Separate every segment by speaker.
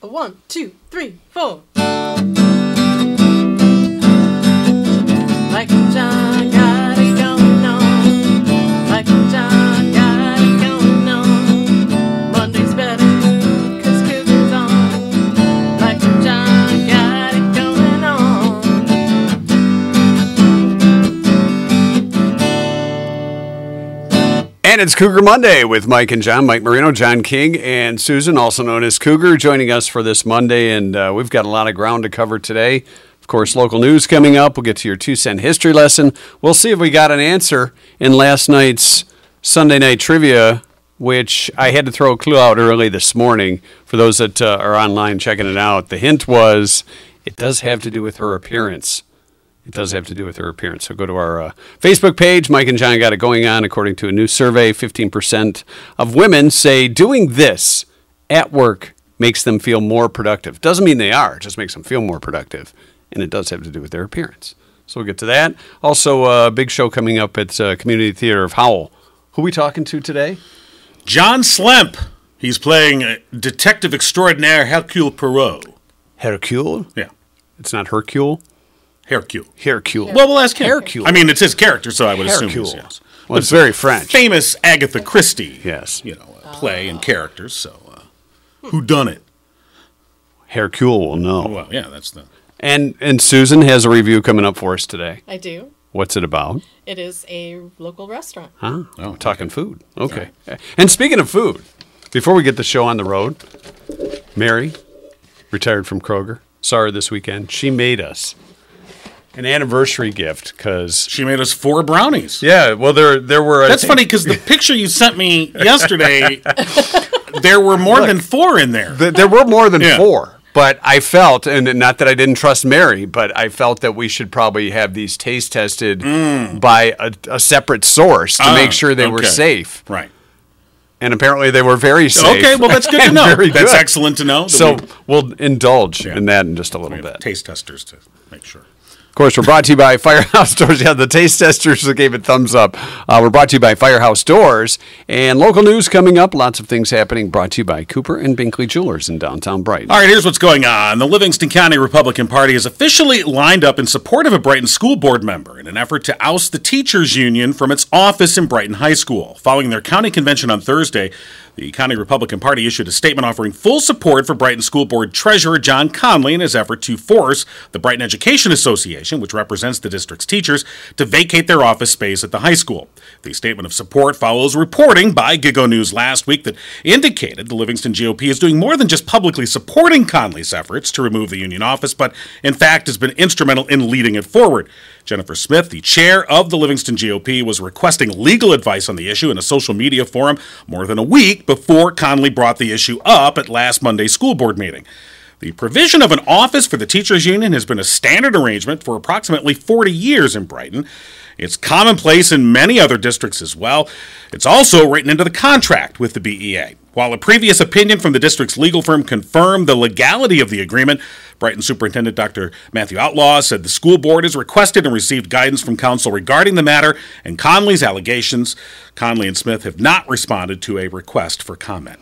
Speaker 1: One, two, three, four. Like John got it going on. Like John got it going on. Monday's better 'cause Cookie's on. Like John got it going on.
Speaker 2: And it's Cougar Monday with Mike and John, Mike Marino, John King, and Susan, also known as Cougar, joining us for this Monday. And uh, we've got a lot of ground to cover today. Of course, local news coming up. We'll get to your two cent history lesson. We'll see if we got an answer in last night's Sunday night trivia, which I had to throw a clue out early this morning for those that uh, are online checking it out. The hint was it does have to do with her appearance. It does have to do with her appearance. So go to our uh, Facebook page. Mike and John got it going on. According to a new survey, 15% of women say doing this at work makes them feel more productive. Doesn't mean they are, it just makes them feel more productive. And it does have to do with their appearance. So we'll get to that. Also, a big show coming up at uh, Community Theater of Howell. Who we talking to today?
Speaker 3: John Slemp. He's playing uh, Detective Extraordinaire Hercule Poirot.
Speaker 2: Hercule.
Speaker 3: Yeah,
Speaker 2: It's not Hercule.
Speaker 3: Hercule.
Speaker 2: Hercule.
Speaker 3: Well, we'll ask him.
Speaker 2: Hercule.
Speaker 3: I mean, it's his character, so I would assume
Speaker 2: Hercule.
Speaker 3: it's yes.
Speaker 2: Well, it's very French.
Speaker 3: Famous Agatha Christie.
Speaker 2: Yes.
Speaker 3: You know, uh, play and characters. So, uh, who done it?
Speaker 2: Hercule will know.
Speaker 3: Well, yeah, that's the.
Speaker 2: And and Susan has a review coming up for us today.
Speaker 1: I do.
Speaker 2: What's it about?
Speaker 1: It is a local restaurant.
Speaker 2: Huh? Oh, talking food. Okay. And speaking of food, before we get the show on the road, Mary, retired from Kroger, saw her this weekend. She made us an anniversary gift because
Speaker 3: She made us four brownies.
Speaker 2: yeah, well there there were I
Speaker 3: That's
Speaker 2: think-
Speaker 3: funny because the picture you sent me yesterday, there were more than four in there.
Speaker 2: Th- there were more than
Speaker 3: Yeah.
Speaker 2: four. But I felt, and not that I didn't trust Mary, but I felt that we should probably have these taste tested by a, a separate source to
Speaker 3: Ah,
Speaker 2: make sure they were
Speaker 3: okay.
Speaker 2: safe.
Speaker 3: Right.
Speaker 2: And apparently they were very safe.
Speaker 3: Okay. Well, that's good to
Speaker 2: And
Speaker 3: know.
Speaker 2: very
Speaker 3: That's
Speaker 2: good.
Speaker 3: excellent to know. that
Speaker 2: So
Speaker 3: we-
Speaker 2: we'll indulge
Speaker 3: Yeah.
Speaker 2: in that in just a
Speaker 3: we
Speaker 2: little
Speaker 3: have
Speaker 2: bit.
Speaker 3: taste testers to make sure.
Speaker 2: Of course, we're brought to you by Firehouse Doors. Yeah, the taste testers that gave it thumbs up. Uh, we're brought to you by Firehouse Doors and local news coming up. Lots of things happening. Brought to you by Cooper and Binkley Jewelers in downtown Brighton.
Speaker 3: All right, here's what's going on. The Livingston County Republican Party is officially lined up in support of a Brighton school board member in an effort to oust the teachers union from its office in Brighton High School. Following their county convention on Thursday, the county Republican Party issued a statement offering full support for Brighton School Board Treasurer John Conley in his effort to force the Brighton Education Association, which represents the district's teachers, to vacate their office space at the high school. The statement of support follows reporting by Gigo News last week that indicated the Livingston GOP is doing more than just publicly supporting Conley's efforts to remove the union office, but in fact has been instrumental in leading it forward. Jennifer Smith, the chair of the Livingston GOP, was requesting legal advice on the issue in a social media forum more than a week before Conley brought the issue up at last Monday's school board meeting. The provision of an office for the teachers union has been a standard arrangement for approximately 40 years in Brighton. It's commonplace in many other districts as well. It's also written into the contract with the BEA. While a previous opinion from the district's legal firm confirmed the legality of the agreement, Brighton Superintendent Dr. Matthew Outlaw said the school board has requested and received guidance from council regarding the matter and Conley's allegations. Conley and Smith have not responded to a request for comment.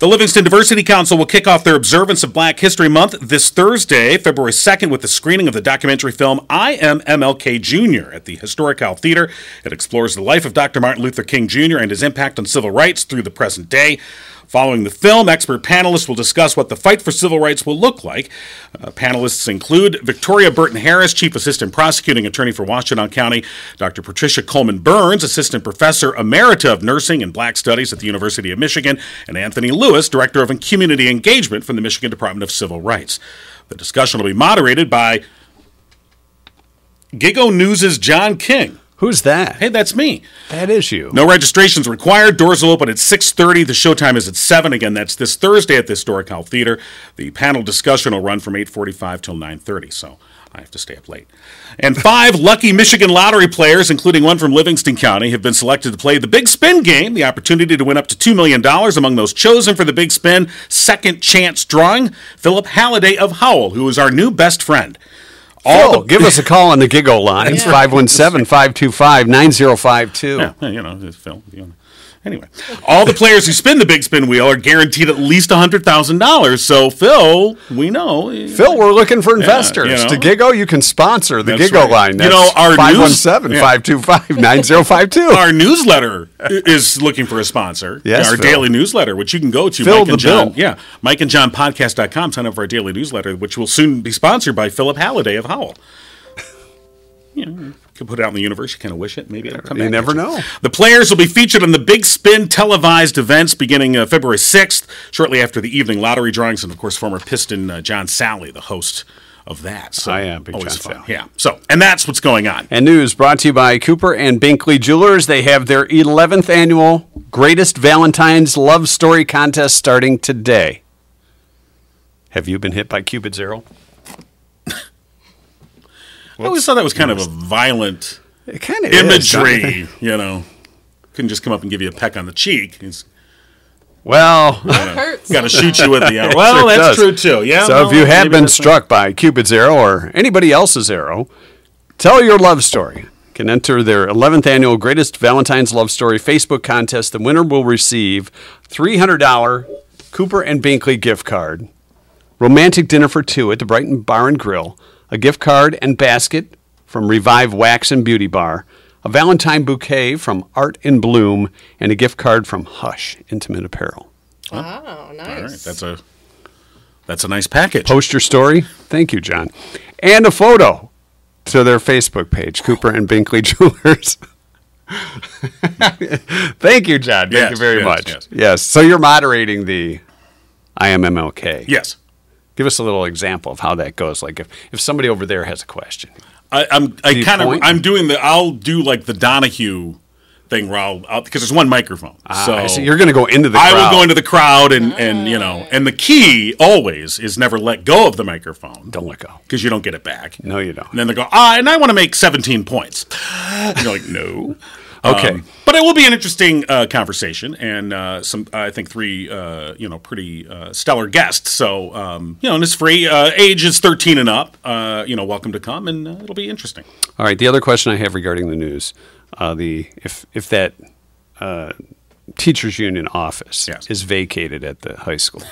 Speaker 3: The Livingston Diversity Council will kick off their observance of Black History Month this Thursday, February 2nd, with the screening of the documentary film I Am MLK Jr. at the Historic Howell Theater. It explores the life of Dr. Martin Luther King Jr. and his impact on civil rights through the present day. Following the film, expert panelists will discuss what the fight for civil rights will look like. Uh, panelists include Victoria Burton Harris, Chief Assistant Prosecuting Attorney for Washington County, Dr. Patricia Coleman Burns, Assistant Professor Emerita of Nursing and Black Studies at the University of Michigan, and Anthony Lewis, Director of Community Engagement from the Michigan Department of Civil Rights. The discussion will be moderated by Gigo News' John King.
Speaker 2: Who's that?
Speaker 3: Hey, that's me.
Speaker 2: That is you.
Speaker 3: No registrations required. Doors will open at 6:30. The showtime is at 7. Again, that's this Thursday at the Historic Hall Theater. The panel discussion will run from 8:45 till 9:30. So I have to stay up late. And five lucky Michigan lottery players, including one from Livingston County, have been selected to play the Big Spin game. The opportunity to win up to $2 million among those chosen for the Big Spin second chance drawing, Philip Halliday of Howell, who is our new best friend.
Speaker 2: All
Speaker 3: the-
Speaker 2: give us a call on the giggle line. It's 517 525 9052.
Speaker 3: Yeah, you know, it's Phil. you know. Anyway, all the players who spin the big spin wheel are guaranteed at least $100,000. So, Phil, we know.
Speaker 2: Phil, we're looking for investors.
Speaker 3: you know.
Speaker 2: To Gigo, you can sponsor the
Speaker 3: That's
Speaker 2: Gigo
Speaker 3: right.
Speaker 2: line.
Speaker 3: You know, our news-
Speaker 2: 517
Speaker 3: Yeah.
Speaker 2: 525 9052.
Speaker 3: Our newsletter is looking for a sponsor.
Speaker 2: Yes,
Speaker 3: Our
Speaker 2: Phil.
Speaker 3: daily newsletter, which you can go to.
Speaker 2: Fill
Speaker 3: Mike
Speaker 2: the
Speaker 3: and John.
Speaker 2: bill.
Speaker 3: Yeah. Mike and John podcast.com. Sign up for our daily newsletter, which will soon be sponsored by Philip Halliday of Howell. You know, you could put it out in the universe. You kind of wish it. Maybe it'll come
Speaker 2: You
Speaker 3: back
Speaker 2: never
Speaker 3: at
Speaker 2: know.
Speaker 3: The players will be featured on the Big Spin televised events beginning uh, February 6th, shortly after the evening lottery drawings, and of course, former Piston uh, John Sally, the host of that. So,
Speaker 2: I am Big
Speaker 3: always
Speaker 2: John
Speaker 3: fun.
Speaker 2: Sally.
Speaker 3: Yeah. So, and that's what's going on.
Speaker 2: And news brought to you by Cooper and Binkley Jewelers. They have their 11th annual Greatest Valentine's Love Story contest starting today. Have you been hit by Cupid's arrow?
Speaker 3: I always thought that was kind of a violent
Speaker 2: It kind of
Speaker 3: imagery, you know. Couldn't just come up and give you a peck on the cheek. It's
Speaker 2: Well,
Speaker 1: Hurts.
Speaker 3: got to shoot you with the uh, arrow. Well,
Speaker 2: Sure does.
Speaker 3: that's true too. Yeah.
Speaker 2: So if
Speaker 3: no,
Speaker 2: you have
Speaker 3: maybe
Speaker 2: been
Speaker 3: that's
Speaker 2: struck by Cupid's arrow or anybody else's arrow, tell your love story. Can enter their 11th annual Greatest Valentine's Love Story Facebook contest. The winner will receive $300 Cooper and Binkley gift card, romantic dinner for two at the Brighton Bar and Grill, a gift card and basket from Revive Wax and Beauty Bar, a Valentine bouquet from Art in Bloom, and a gift card from Hush Intimate Apparel.
Speaker 1: Wow,
Speaker 3: not- All right,
Speaker 1: nice.
Speaker 3: that's a that's a nice package.
Speaker 2: post your story. Thank you, John. And a photo to their Facebook page, Cooper and Binkley Jewelers. Thank you, John. Thank
Speaker 3: Yes,
Speaker 2: you very
Speaker 3: yes,
Speaker 2: much.
Speaker 3: yes.
Speaker 2: Yes. So you're moderating the IMMLK.
Speaker 3: yes.
Speaker 2: Give us a little example of how that goes. Like if, if somebody over there has a question.
Speaker 3: I, I'm I
Speaker 2: you
Speaker 3: kind of
Speaker 2: point?
Speaker 3: I'm doing the I'll do like the Donahue thing where I'll because there's one microphone. so
Speaker 2: Ah, I see. You're going to go into the
Speaker 3: I will
Speaker 2: crowd.
Speaker 3: go into the crowd and and you know and the key always is never let go of the microphone
Speaker 2: Don't let go.
Speaker 3: because you don't get it back.
Speaker 2: No, you don't.
Speaker 3: And then they go, ah, and I want to make 17 points. And you're like, no.
Speaker 2: Okay.
Speaker 3: Um, but it will be an interesting uh, conversation, and uh, some I think three uh, you know pretty uh, stellar guests. So um, you know, and it's free. Uh, age is thirteen and up. Uh, you know, welcome to come, and uh, it'll be interesting.
Speaker 2: All right. The other question I have regarding the news, uh, the if if that uh, teachers union office
Speaker 3: Yes.
Speaker 2: is vacated at the high school,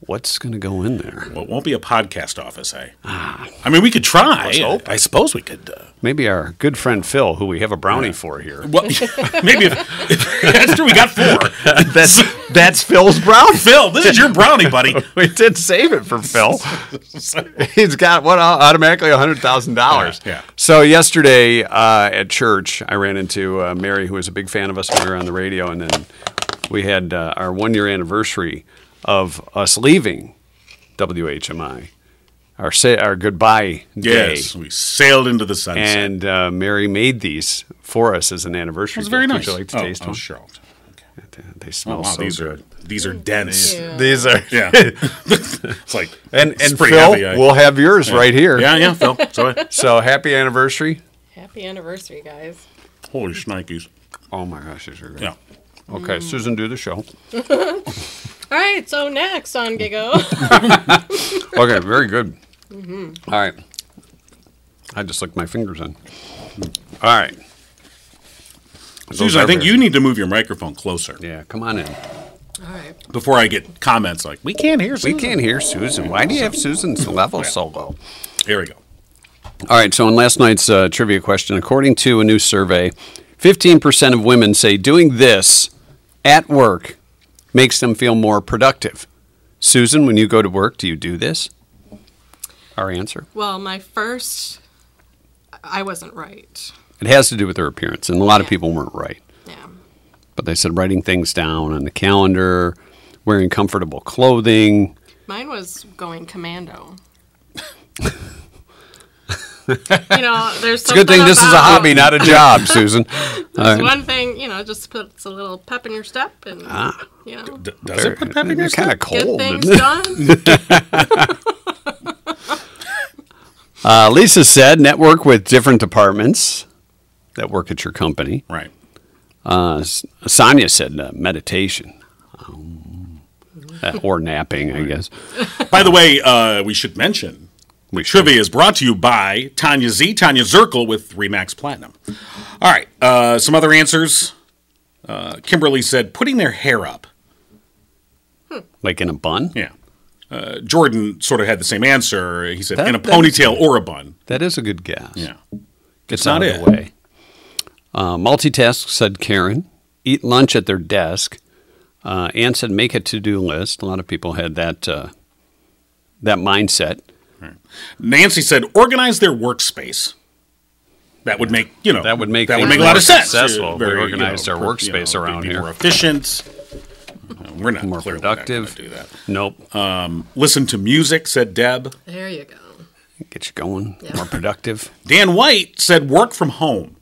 Speaker 2: what's going to go in there?
Speaker 3: Well, it won't be a podcast office, eh?
Speaker 2: Ah.
Speaker 3: I mean, we could try. I suppose we could. Uh,
Speaker 2: Maybe our good friend Phil, who we have a brownie for here.
Speaker 3: well, maybe if, that's true. We got four.
Speaker 2: That's that's Phil's brownie.
Speaker 3: Phil, this is your brownie, buddy.
Speaker 2: We did save it for Phil. He's got what au- automatically hundred thousand dollars.
Speaker 3: Yeah, yeah.
Speaker 2: So yesterday uh, at church, I ran into uh, Mary, who was a big fan of us when we were on the radio, and then we had uh, our one year anniversary of us leaving WHMI, our say our goodbye day.
Speaker 3: Yes, we sailed into the sunset.
Speaker 2: And uh, Mary made these for us as an anniversary.
Speaker 3: It was very
Speaker 2: gift.
Speaker 3: nice.
Speaker 2: Would you like to
Speaker 3: oh,
Speaker 2: taste
Speaker 3: oh,
Speaker 2: one?
Speaker 3: sure. Okay.
Speaker 2: They
Speaker 3: Oh,
Speaker 2: smell
Speaker 3: wow,
Speaker 2: so
Speaker 3: these
Speaker 2: good.
Speaker 3: are these are dense.
Speaker 1: you.
Speaker 2: These are
Speaker 3: Yeah, it's like
Speaker 2: and
Speaker 3: it's
Speaker 2: and
Speaker 3: pretty
Speaker 2: Phil,
Speaker 3: heavy, I-
Speaker 2: we'll have yours right here.
Speaker 3: yeah, yeah, Phil. So
Speaker 2: So happy anniversary.
Speaker 1: Happy anniversary, guys.
Speaker 3: holy shnikes.
Speaker 2: Oh my gosh, these are good.
Speaker 3: Yeah,
Speaker 2: Okay, Susan, do the show.
Speaker 1: All right, so next on Gigo.
Speaker 2: Okay, very good. All right. I just licked my fingers in. All right. Those
Speaker 3: Susan, I
Speaker 2: are
Speaker 3: think
Speaker 2: very-
Speaker 3: you need to move your microphone closer
Speaker 2: Yeah, come on in.
Speaker 1: All right.
Speaker 3: before I get comments like we can't hear.
Speaker 2: We
Speaker 3: Susan.
Speaker 2: can't hear Susan. Why do you have Susan's level so low?
Speaker 3: Here we go.
Speaker 2: All right, so in last night's uh, trivia question, according to a new survey, 15% of women say doing this at work makes them feel more productive. Susan, when you go to work, do you do this? Our answer.
Speaker 1: Well, my first, I wasn't right.
Speaker 2: It has to do with their appearance, and a lot of people weren't right.
Speaker 1: Yeah.
Speaker 2: But they said writing things down on the calendar, wearing comfortable clothing.
Speaker 1: Mine was going commando. you know, there's
Speaker 2: It's a good thing this is a hobby, not a job, Susan.
Speaker 1: There's one thing, you know, just puts a little pep in your step and,
Speaker 2: Ah.
Speaker 1: you know,
Speaker 3: D- does it put pep in your
Speaker 2: It's kind
Speaker 3: step?
Speaker 2: of
Speaker 1: get
Speaker 2: cold.
Speaker 1: things
Speaker 2: isn't it?
Speaker 1: done.
Speaker 2: Uh, Lisa said network with different departments that work at your company.
Speaker 3: Right.
Speaker 2: Uh, S- Sonia said uh, meditation um, uh, or napping, I guess.
Speaker 3: By the way, uh, we should mention
Speaker 2: We
Speaker 3: Trivia is brought to you by Tanya Z, Tanya Zirkle with Remax Platinum. All right, uh, some other answers. Uh, Kimberly said, putting their hair up.
Speaker 2: Like in a bun?
Speaker 3: Yeah. Uh, Jordan sort of had the same answer. He said,
Speaker 2: That-
Speaker 3: in a
Speaker 2: that is-
Speaker 3: ponytail or a bun.
Speaker 2: That is a good guess.
Speaker 3: Yeah.
Speaker 2: Gets
Speaker 3: not
Speaker 2: out of
Speaker 3: it.
Speaker 2: the way. Uh, multitask, said Karen. Eat lunch at their desk. Uh, Ann said, make a to do list. A lot of people had that, uh, that mindset.
Speaker 3: Nancy said, organize their workspace. That would make, you know,
Speaker 2: That would make
Speaker 3: that
Speaker 2: things
Speaker 3: would make a
Speaker 2: more
Speaker 3: lot of sense.
Speaker 2: successful if we
Speaker 3: Very, you
Speaker 2: organized
Speaker 3: know,
Speaker 2: our
Speaker 3: per- you
Speaker 2: workspace
Speaker 3: know,
Speaker 2: around
Speaker 3: be
Speaker 2: here.
Speaker 3: More efficient. Uh, We're not
Speaker 2: More
Speaker 3: clearly not gonna
Speaker 2: productive.
Speaker 3: do that.
Speaker 2: Nope.
Speaker 3: Uh, Listen to music, said Deb.
Speaker 1: There you go.
Speaker 2: Get you going. More productive.
Speaker 3: Dan White said, work from home.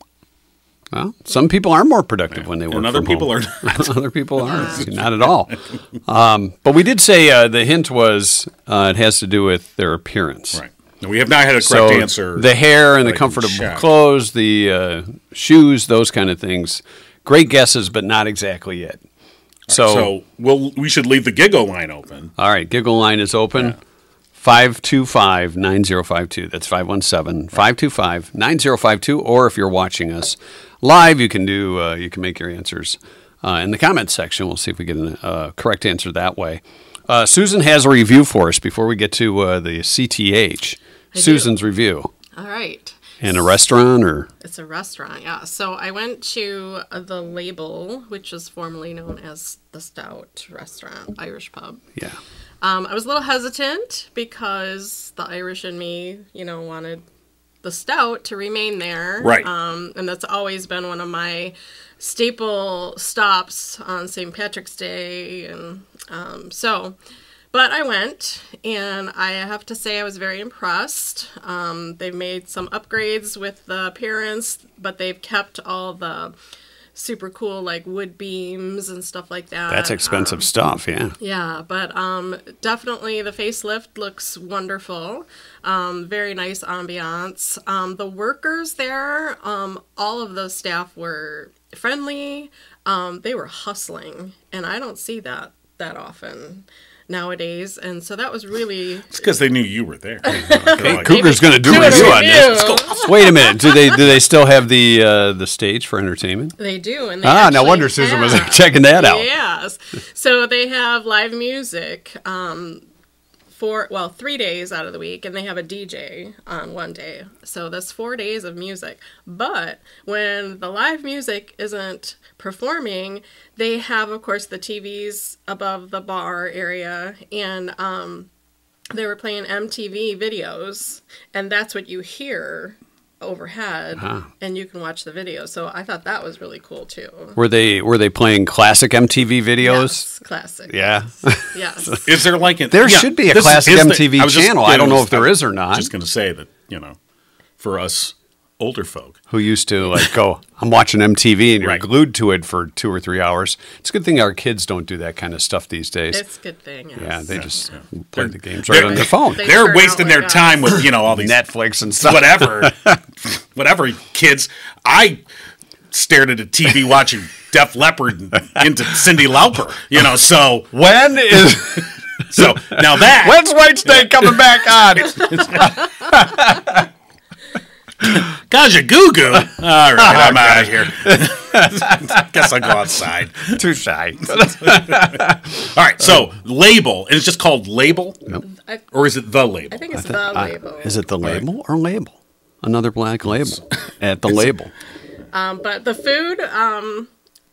Speaker 2: Well, some people are more productive when they work.
Speaker 3: other
Speaker 2: from
Speaker 3: people
Speaker 2: home.
Speaker 3: are
Speaker 2: other people aren't. Not at all. Um, but we did say uh, the hint was uh, it has to do with their appearance.
Speaker 3: Right. And we have not had a correct
Speaker 2: So
Speaker 3: answer.
Speaker 2: the hair and the
Speaker 3: Like,
Speaker 2: comfortable
Speaker 3: check.
Speaker 2: clothes, the uh, shoes, those kind of things. Great guesses, but not exactly it. So,
Speaker 3: so we'll, we should leave the giggle line open.
Speaker 2: all right, giggle line is open. 525-9052. That's 517-525-9052 or if you're watching us live, you can do uh, you can make your answers uh, in the comments section. We'll see if we get a uh, correct answer that way. Uh, Susan has a review for us before we get to uh, the CTH.
Speaker 1: do.
Speaker 2: Susan's review.
Speaker 1: All right.
Speaker 2: In a restaurant or
Speaker 1: It's a restaurant, yeah. So I went to uh, the Label, which is formerly known as the Stout Restaurant Irish Pub.
Speaker 2: yeah.
Speaker 1: Um, I was a little hesitant because the Irish in me, you know, wanted the stout to remain there.
Speaker 3: Right.
Speaker 1: Um, and that's always been one of my staple stops on St. Patrick's Day. And um, so, but I went and I have to say I was very impressed. Um, they've made some upgrades with the appearance, but they've kept all the super cool like wood beams and stuff like that.
Speaker 2: That's
Speaker 1: Um,
Speaker 2: expensive stuff, yeah.
Speaker 1: yeah, but um, definitely the facelift looks wonderful. Um, very nice ambiance. Um, the workers there, um, all of those staff were friendly. Um, they were hustling, and I don't see that that often nowadays. And so that was really
Speaker 3: It's because they knew you were there. They're like,
Speaker 2: Cougar's going to do a
Speaker 1: Doing a
Speaker 2: review on this.
Speaker 1: review.
Speaker 2: Wait a minute. Do they do they still have the uh, the stage for entertainment?
Speaker 1: They do, and they
Speaker 2: Ah, no
Speaker 1: actually
Speaker 2: wonder Susan was
Speaker 1: have-
Speaker 2: checking that out.
Speaker 1: Yes, so they have live music um, for well three days out of the week, and they have a DJ on one day. So that's four days of music. But when the live music isn't performing, they have of course the TVs above the bar area, and um, they were playing MTV videos, and that's what you hear overhead
Speaker 2: Uh-huh.
Speaker 1: and you can watch the video so i thought that was really cool too
Speaker 2: Were they were they playing classic MTV videos?
Speaker 1: Yes, classic
Speaker 2: Yeah.
Speaker 1: yes
Speaker 3: Is there like an
Speaker 2: There
Speaker 3: yeah,
Speaker 2: should be a
Speaker 3: this is-
Speaker 2: classic
Speaker 3: is the-
Speaker 2: MTV
Speaker 3: I was just-
Speaker 2: channel.
Speaker 3: yeah,
Speaker 2: I don't know
Speaker 3: was-
Speaker 2: if there is or not.
Speaker 3: Just going to say that you know, for us older folk,
Speaker 2: Who used to like go? I'm watching MTV and you're
Speaker 3: Right.
Speaker 2: glued to it for two or three hours. It's a good thing our kids don't do that kind of stuff these days.
Speaker 1: it's a good thing yes.
Speaker 2: yeah, they just
Speaker 3: yeah.
Speaker 2: play the games right on their phone,
Speaker 1: They
Speaker 3: they're
Speaker 1: turn
Speaker 3: wasting
Speaker 1: out
Speaker 3: their
Speaker 1: like us.
Speaker 3: time with you know all these
Speaker 2: Netflix and stuff.
Speaker 3: whatever, whatever kids. I stared at a TV watching Def Leppard and into Cindy Lauper. You know, so
Speaker 2: When is
Speaker 3: so now that
Speaker 2: when's Wednesday coming back on?
Speaker 3: Gaja Goo Goo. All right, I'm out of here. Guess I'll go outside.
Speaker 2: Too shy.
Speaker 3: All right, so label, and it's just called label,
Speaker 1: I,
Speaker 3: or is it the label?
Speaker 1: I think it's the label
Speaker 2: uh, Is it the label or label? Another black label at the label.
Speaker 1: um, but the food um,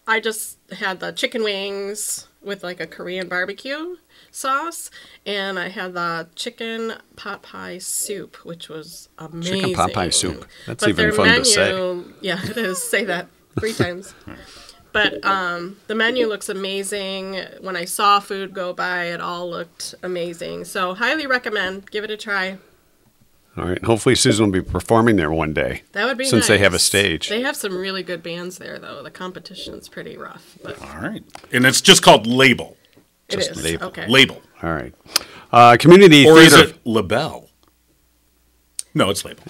Speaker 1: i just had the chicken wings with like a korean barbecue sauce and i had the chicken pot pie soup which was amazing
Speaker 2: pot pie soup. That's
Speaker 1: but
Speaker 2: even
Speaker 1: their
Speaker 2: fun to
Speaker 1: menu,
Speaker 2: say.
Speaker 1: yeah it is say that three times but um, the menu looks amazing. When I saw food go by, it all looked amazing. So highly recommend. Give it a try.
Speaker 2: All right. Hopefully, Susan will be performing there one day.
Speaker 1: That would be
Speaker 2: since they have a
Speaker 1: nice.
Speaker 2: stage.
Speaker 1: They have some really good bands there, though. The competition's pretty rough, but
Speaker 3: All right, and it's just called label.
Speaker 1: it is
Speaker 2: label-
Speaker 1: okay.
Speaker 3: Label,
Speaker 2: All right. Uh, community
Speaker 3: or is
Speaker 2: theater.
Speaker 3: it label? No, it's label.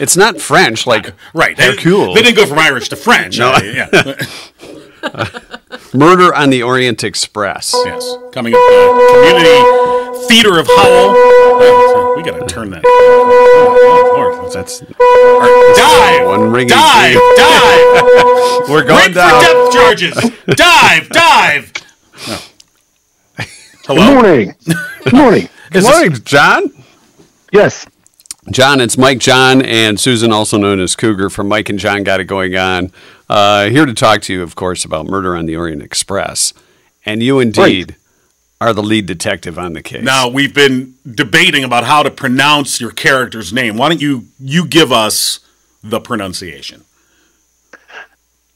Speaker 2: It's not French, like
Speaker 3: Right, they,
Speaker 2: Hercule.
Speaker 3: they didn't go from Irish to French.
Speaker 2: No.
Speaker 3: I mean, yeah.
Speaker 2: Murder on the Orient Express.
Speaker 1: Oh,
Speaker 3: Yes, coming up, uh, community theater of Howell. Uh, we gotta turn that. Oh, Lord, what's that?
Speaker 2: That's
Speaker 3: All right, dive,
Speaker 2: One ringing
Speaker 3: dive,
Speaker 2: three.
Speaker 3: dive.
Speaker 2: we're going
Speaker 3: Break
Speaker 2: down.
Speaker 3: for depth charges. dive, dive. No.
Speaker 4: Good
Speaker 3: Hello.
Speaker 4: morning. Good morning.
Speaker 2: Good morning, John.
Speaker 4: Yes.
Speaker 2: John, it's Mike John and Susan, also known as Cougar, from Mike and John Got It Going On. Uh, here to talk to you, of course, about Murder on the Orient Express. And you indeed are the lead detective on the case.
Speaker 3: Now we've been debating about how to pronounce your character's name. Why don't you you give us the pronunciation?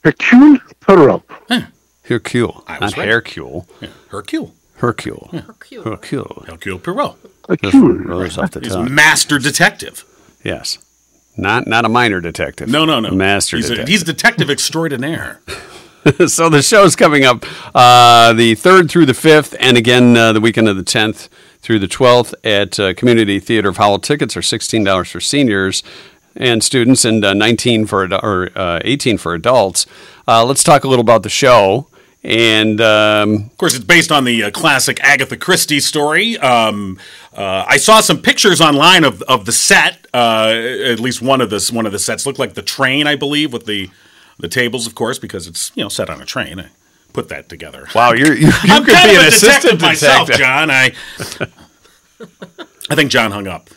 Speaker 4: Hercule Perot.
Speaker 2: Hercule.
Speaker 3: I was
Speaker 2: Not
Speaker 3: right.
Speaker 2: Hercule.
Speaker 3: Hercule,
Speaker 2: Hercule.
Speaker 1: Hercule.
Speaker 2: Hercule.
Speaker 3: Hercule Poirot.
Speaker 4: Hercule.
Speaker 2: Rose off the
Speaker 3: He's
Speaker 2: tongue.
Speaker 3: master detective.
Speaker 2: Yes. Not not a minor detective.
Speaker 3: No, no, no.
Speaker 2: Master
Speaker 3: he's
Speaker 2: detective.
Speaker 3: A, he's detective extraordinaire.
Speaker 2: so the show's coming up uh, the 3rd through the 5th, and again uh, the weekend of the 10th through the 12th at uh, Community Theater of Howell. Tickets are $16 for seniors and students and uh, 19 for adu- or uh, 18 for adults. Uh, let's talk a little about the show. And um,
Speaker 3: Of course, it's based on the uh, classic Agatha Christie story. Um, uh, I saw some pictures online of, of the set. Uh, at least one of this one of the sets looked like the train, I believe, with the the tables, of course, because it's you know set on a train. I put that together.
Speaker 2: wow, you're, you, you
Speaker 3: I'm
Speaker 2: could
Speaker 3: kind
Speaker 2: be
Speaker 3: of
Speaker 2: an
Speaker 3: a
Speaker 2: assistant
Speaker 3: detective myself,
Speaker 2: detective.
Speaker 3: John. I I think John hung up.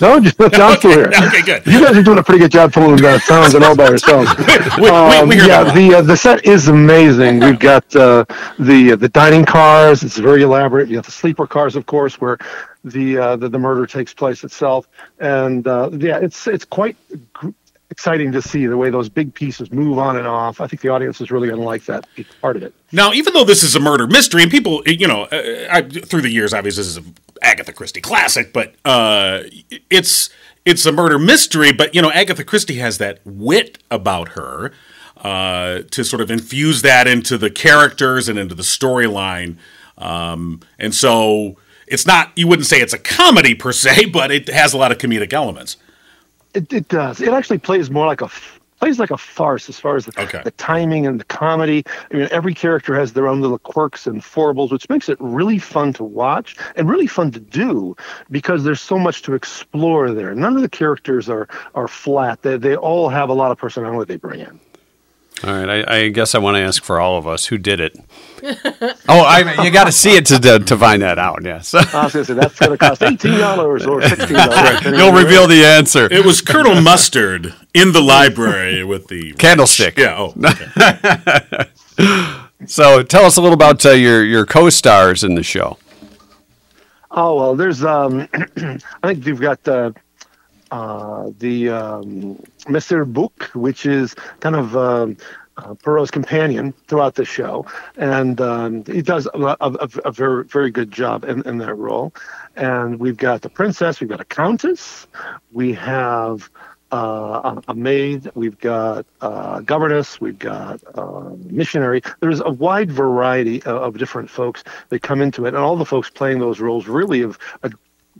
Speaker 4: No, just left John still here.
Speaker 3: Okay, good.
Speaker 4: You guys are doing a pretty good job pulling the sounds and all by yourselves.
Speaker 3: we-
Speaker 2: um,
Speaker 3: we hear
Speaker 4: yeah,
Speaker 3: that.
Speaker 4: the uh, the set is amazing. We've got uh, the the dining cars. It's very elaborate. You have the sleeper cars, of course, where the uh, the, the murder takes place itself. And uh, yeah, it's it's quite gr- exciting to see the way those big pieces move on and off. I think the audience is really going to like that part of it.
Speaker 3: Now, even though this is a murder mystery, and people, you know, uh, I, through the years, obviously, this is an Agatha Christie classic, but uh, it's it's a murder mystery. But you know, Agatha Christie has that wit about her uh, to sort of infuse that into the characters and into the storyline, um, and so it's not you wouldn't say it's a comedy per se, but it has a lot of comedic elements.
Speaker 4: It, it does. It actually plays more like a f- plays like a farce as far as the,
Speaker 3: Okay.
Speaker 4: the timing and the comedy. I mean, every character has their own little quirks and foibles, which makes it really fun to watch and really fun to do because there's so much to explore there. None of the characters are are flat. They they all have a lot of personality they bring in.
Speaker 2: All right, I, I guess I want to ask for all of us who did it. oh, I, you got to see it to, to to find that out. Yes,
Speaker 4: I was gonna say that's gonna cost eighteen dollars or sixteen dollars.
Speaker 2: you'll reveal the answer.
Speaker 3: It was Colonel Mustard in the library with the
Speaker 2: Candlestick.
Speaker 3: Yeah. Oh. okay.
Speaker 2: So tell us a little about uh, your your co-stars in the show.
Speaker 4: Oh well, there's um, I think you've got uh, uh, the um, Mister Book, which is kind of um, uh, Perot's companion throughout the show, and um, he does a, a, a, a very very good job in, in that role. And we've got the princess, we've got a countess, we have uh, a, a maid, we've got uh, governess, we've got uh, missionary. There's a wide variety of, of different folks that come into it, and all the folks playing those roles really have uh,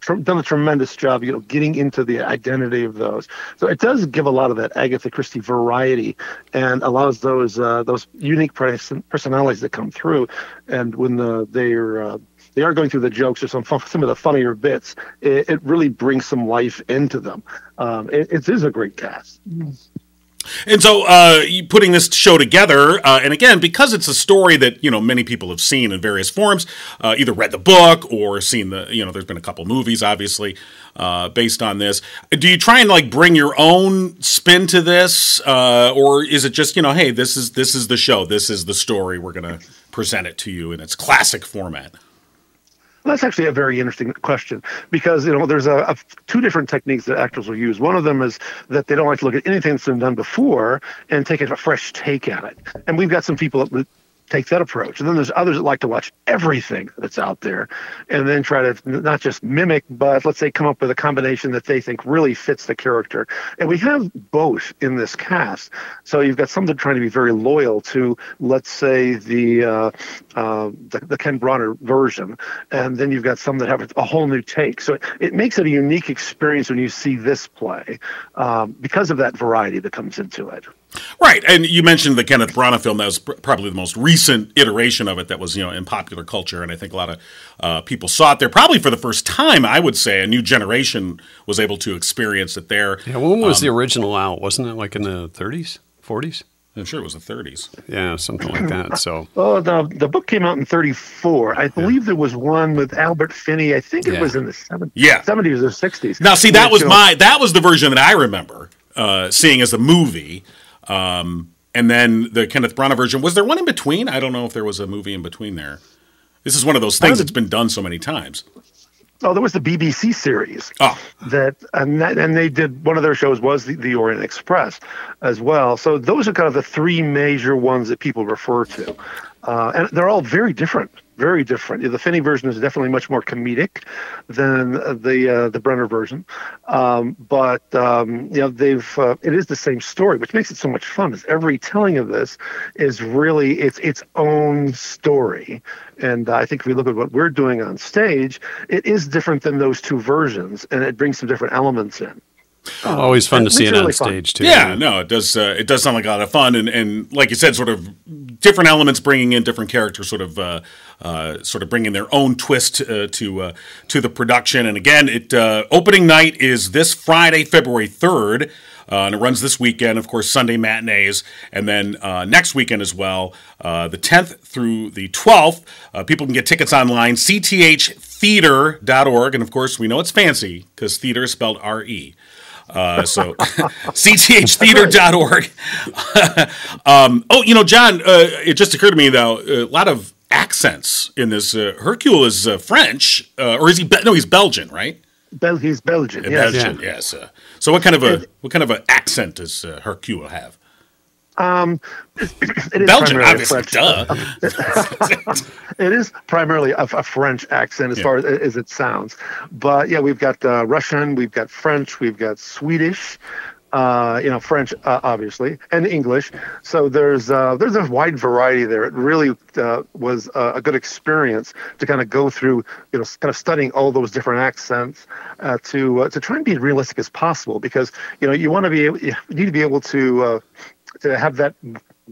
Speaker 4: tr- done a tremendous job, you know, getting into the identity of those. So it does give a lot of that Agatha Christie variety, and allows those uh, those unique person- personalities to come through. And when the they're uh, they are going through the jokes or some fun, some of the funnier bits, it, it really brings some life into them. Um, it, it is a great cast.
Speaker 3: And so, uh, you- putting this show together, uh, and again, because it's a story that you know many people have seen in various forms, uh, either read the book or seen the you know. There's been a couple movies, obviously, uh, based on this. Do you try and like bring your own spin to this, uh, or is it just you know, hey, this is this is the show, this is the story, we're gonna present it to you in its classic format?
Speaker 4: Well, That's actually a very interesting question because you know there's a, a two different techniques that actors will use. One of them is that they don't like to look at anything that's been done before and take a fresh take at it. And we've got some people that would take that approach. And then there's others that like to watch everything that's out there and then try to not just mimic, but let's say come up with a combination that they think really fits the character. And we have both in this cast. So you've got some that are trying to be very loyal to, let's say, the uh, uh, the, the Ken Bronner version, and then you've got some that have a whole new take. So it, it makes it a unique experience when you see this play um, because of that variety that comes into it.
Speaker 3: Right, and you mentioned the Kenneth Branagh film. That was pr- probably the most recent iteration of it that was, you know, in popular culture, and I think a lot of uh, people saw it there. Probably for the first time, I would say a new generation was able to experience it there.
Speaker 2: Yeah, when was the original out? Wasn't it like in the 30s, 40s?
Speaker 3: I'm sure it was the 30s.
Speaker 2: Yeah, something like that. So
Speaker 4: Oh, the the book came out in '34. I believe there was one with Albert Finney. I think it
Speaker 2: Yeah.
Speaker 4: was in the 70s,
Speaker 3: Yeah.
Speaker 4: 70s or 60s.
Speaker 3: Now, see, that was
Speaker 4: Show.
Speaker 3: my that was the version that I remember uh, seeing as a movie, um, and then the Kenneth Branagh version. Was there one in between? I don't know if there was a movie in between there. This is one of those things that's been done so many times.
Speaker 4: Oh, there was the BBC series.
Speaker 3: Oh,
Speaker 4: that and that, and they did one of their shows was the, the Orient Express as well. So those are kind of the three major ones that people refer to, uh, and they're all very different. Very different. The Finney version is definitely much more comedic than the uh, the Brenner version, um, but um, you know they've uh, it is the same story, which makes it so much fun. Is every telling of this is really its its own story, and I think if we look at what we're doing on stage, it is different than those two versions, and it brings some different elements in.
Speaker 2: always fun to
Speaker 4: It's
Speaker 2: see it
Speaker 4: really
Speaker 2: on
Speaker 4: fun.
Speaker 2: stage too.
Speaker 3: yeah, no, it does. Uh, it does sound like a lot of fun, and, and like you said, sort of different elements bringing in different characters, sort of uh, uh, sort of bringing their own twist uh, to uh, to the production. And again, it uh, opening night is this Friday, February third. Uh, and it runs this weekend, of course, Sunday matinees, and then uh, next weekend as well, uh, the 10th through the 12th. Uh, people can get tickets online, cththeater.org. And of course, we know it's fancy because theater is spelled R E. Uh, so cththeater.org. um, oh, you know, John, uh, it just occurred to me, though, a lot of accents in this. Uh, Hercule is uh, French, uh, or is he? Be- no, he's Belgian, right?
Speaker 4: Bel- he's Belgian, yes.
Speaker 3: Belgian, yes. Uh, so, what kind of a what kind of an accent does uh, Hercule have?
Speaker 4: It is
Speaker 3: Belgian,
Speaker 4: primarily a
Speaker 3: obviously. Duh.
Speaker 4: French- It is primarily a, a French accent as far as, as it sounds. But yeah, we've got uh, Russian, we've got French, we've got Swedish, uh, you know, French, uh, obviously, and English. So there's, uh, there's a wide variety there. It really uh, was uh, a good experience to kind of go through, you know, s- kind of studying all those different accents uh, to, uh, to try and be as realistic as possible because, you know, you want to be, able, you need to be able to, uh, to have that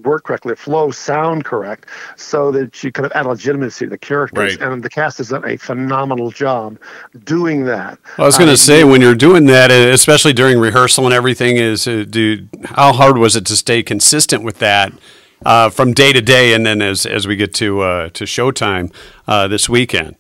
Speaker 4: work correctly, the flow sound correct, so that you kind of add legitimacy to the characters.
Speaker 3: Right.
Speaker 4: And the cast has done a phenomenal job doing that.
Speaker 2: I was going to say when you're doing that, uh, especially during rehearsal and everything, is uh, do how hard was it to stay consistent with that uh, from day to day, and then as as we get to uh, to showtime uh, this weekend.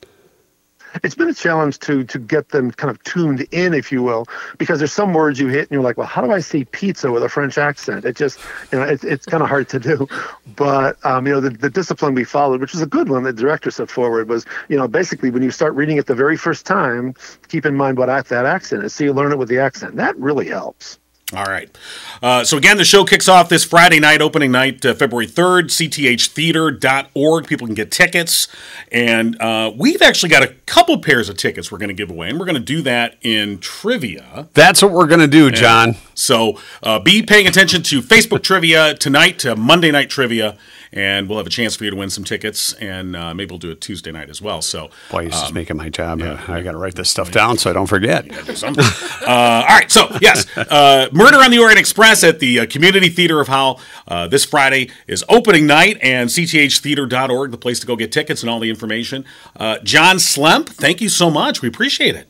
Speaker 4: it's been a challenge to to get them kind of tuned in, if you will, because there's some words you hit and you're like, well, how do I say pizza with a French accent? It just, you know, it's it's kind of hard to do. But um, you know, the, the discipline we followed, which is a good one, the director set forward was, you know, basically when you start reading it the very first time, keep in mind what act- that accent is, so you learn it with the accent. That really helps.
Speaker 3: All right. Uh, so, again, the show kicks off this Friday night, opening night, uh, February 3rd, cththeater.org. People can get tickets. And uh, we've actually got a couple pairs of tickets we're going to give away, and we're going to do that in trivia.
Speaker 2: That's what we're going to do, John.
Speaker 3: So, uh, be paying attention to Facebook trivia tonight, uh, Monday night trivia, and we'll have a chance for you to win some tickets. And uh, maybe we'll do it Tuesday night as well. So,
Speaker 2: Boy, this is
Speaker 1: Um,
Speaker 2: making my job. uh, I got to write this stuff down so I don't forget.
Speaker 3: do something. uh, all right, so yes, uh, Murder on the Orient Express at the uh, Community Theater of Howell uh, this Friday is opening night, and cththeater.org, the place to go get tickets and all the information. Uh, John Slemp, thank you so much. We appreciate it.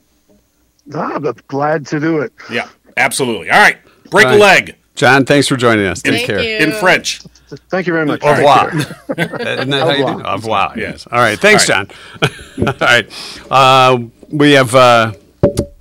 Speaker 4: Ah, I'm glad to do it.
Speaker 3: Yeah, absolutely. All right, break a
Speaker 2: Right.
Speaker 3: leg
Speaker 2: John, thanks for joining us. Take
Speaker 1: Thank
Speaker 2: care.
Speaker 1: you.
Speaker 3: in French.
Speaker 4: Thank you very much.
Speaker 2: Au revoir. Isn't that how you do? it? Au revoir. Yes. All right. Thanks,
Speaker 3: All
Speaker 2: John. All right. Uh, we have uh,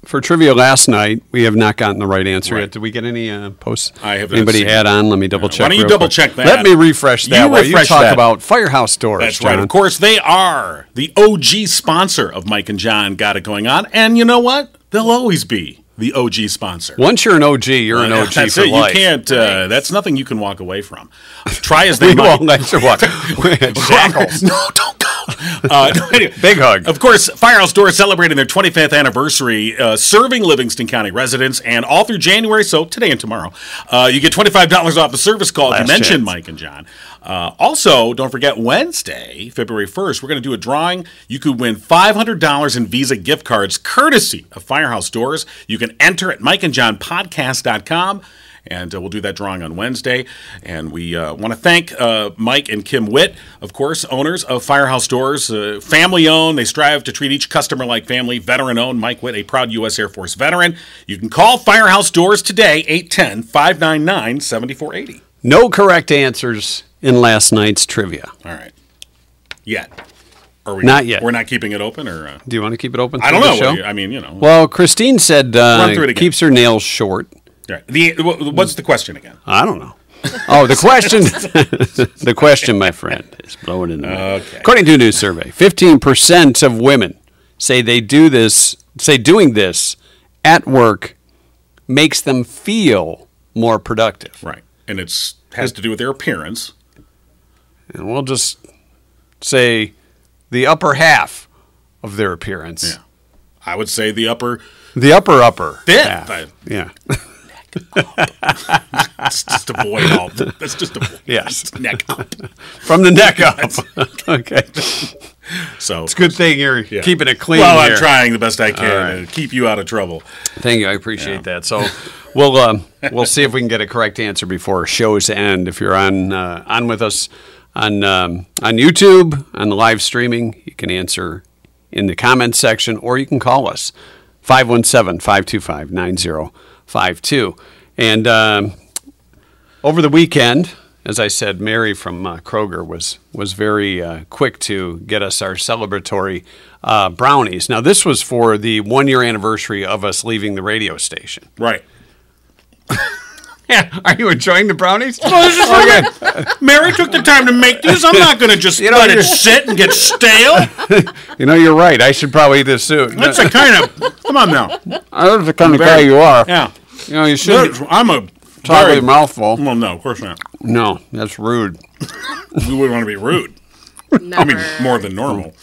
Speaker 2: for trivia last night. We have not gotten the right answer
Speaker 3: Right.
Speaker 2: yet. Did we get any uh, posts?
Speaker 3: I have not
Speaker 2: Anybody
Speaker 3: seen
Speaker 2: add on? Let me double check.
Speaker 3: don't you
Speaker 2: real
Speaker 3: double
Speaker 2: quick.
Speaker 3: check that?
Speaker 2: Let me refresh that.
Speaker 3: You
Speaker 2: while
Speaker 3: refresh
Speaker 2: you talk
Speaker 3: that.
Speaker 2: about firehouse doors.
Speaker 3: That's right.
Speaker 2: John.
Speaker 3: Of course, they are the OG sponsor of Mike and John. Got it going on, and you know what? They'll always be the OG sponsor.
Speaker 2: Once you're an OG, you're an OG
Speaker 3: that's
Speaker 2: for
Speaker 3: it.
Speaker 2: life.
Speaker 3: You can't. Uh, that's nothing you can walk away from. Try as they
Speaker 2: We
Speaker 3: might.
Speaker 2: won't let you walk. Shackles.
Speaker 3: No, don't go. Uh, no, anyway.
Speaker 2: Big hug.
Speaker 3: Of course, Firehouse Door is celebrating their 25th anniversary, uh, serving Livingston County residents, and all through January, so today and tomorrow, uh, you get $25 off a service call if you
Speaker 2: Last
Speaker 3: mention
Speaker 2: chance.
Speaker 3: Mike and John. Uh, also, don't forget Wednesday, February 1st, we're going to do a drawing. You could win $500 in Visa gift cards courtesy of Firehouse Doors. You can enter at mikeandjohnpodcast.com. And uh, we'll do that drawing on Wednesday. And we uh, want to thank uh, Mike and Kim Witt, of course, owners of Firehouse Doors, uh, family owned. They strive to treat each customer like family, veteran owned. Mike Witt, a proud U.S. Air Force veteran. You can call Firehouse Doors today, 810 599 7480.
Speaker 2: No correct answers in last night's trivia.
Speaker 3: All right. Yet. Are we
Speaker 2: Not yet.
Speaker 3: We're not keeping it open, or uh,
Speaker 2: Do you want to keep it open?
Speaker 3: I don't
Speaker 2: through
Speaker 3: know.
Speaker 2: the
Speaker 3: What
Speaker 2: show?
Speaker 3: you- I mean, you know.
Speaker 2: well, Christine said
Speaker 3: Run through it
Speaker 2: uh,
Speaker 3: again.
Speaker 2: keeps her nails short.
Speaker 3: All right. The wh- what's the question again?
Speaker 2: I don't know. Oh, the question, the question, my friend, is blowing in the wind.
Speaker 3: Okay.
Speaker 2: According to a new survey, 15% of women say they do this, say doing this at work makes them feel more productive.
Speaker 3: Right, and it's has to do with their appearance.
Speaker 2: And we'll just say the upper half of their appearance.
Speaker 3: Yeah. I would say the upper.
Speaker 2: The upper, upper.
Speaker 3: Fifth.
Speaker 2: half.
Speaker 3: I-
Speaker 2: Yeah.
Speaker 3: Let's just avoid all. That's just avoid.
Speaker 2: Yes.
Speaker 3: Neck up.
Speaker 2: From the neck up. okay.
Speaker 3: So it's
Speaker 2: Good thing you're
Speaker 3: Yeah.
Speaker 2: keeping it clean.
Speaker 3: Well, I'm
Speaker 2: here.
Speaker 3: trying the best I can
Speaker 2: right.
Speaker 3: to keep you out of trouble.
Speaker 2: Thank you. I appreciate that. So we'll um, we'll see if we can get a correct answer before our shows end. If you're on uh, on with us on um, on YouTube on the live streaming, you can answer in the comments section or you can call us 517-525-9052. And um, over the weekend, as I said, Mary from uh, Kroger was was very uh, quick to get us our celebratory uh, brownies. Now, this was for the one year anniversary of us leaving the radio station.
Speaker 3: Right.
Speaker 2: Yeah, are you enjoying the brownies?
Speaker 3: Mary took the time to make these. I'm not going to just
Speaker 2: know,
Speaker 3: let it
Speaker 2: you're-
Speaker 3: sit and get stale.
Speaker 2: you know, you're right. I should probably eat this soon.
Speaker 3: That's the kind of. Come on now.
Speaker 2: That's the kind of guy you are.
Speaker 3: Yeah.
Speaker 2: You know, you shouldn't
Speaker 3: I'm a.
Speaker 2: talk with
Speaker 3: very-
Speaker 2: a mouthful.
Speaker 3: Well, no, of course not.
Speaker 2: No, that's rude.
Speaker 3: We wouldn't want to be rude. I
Speaker 1: Never.
Speaker 3: mean, more than normal.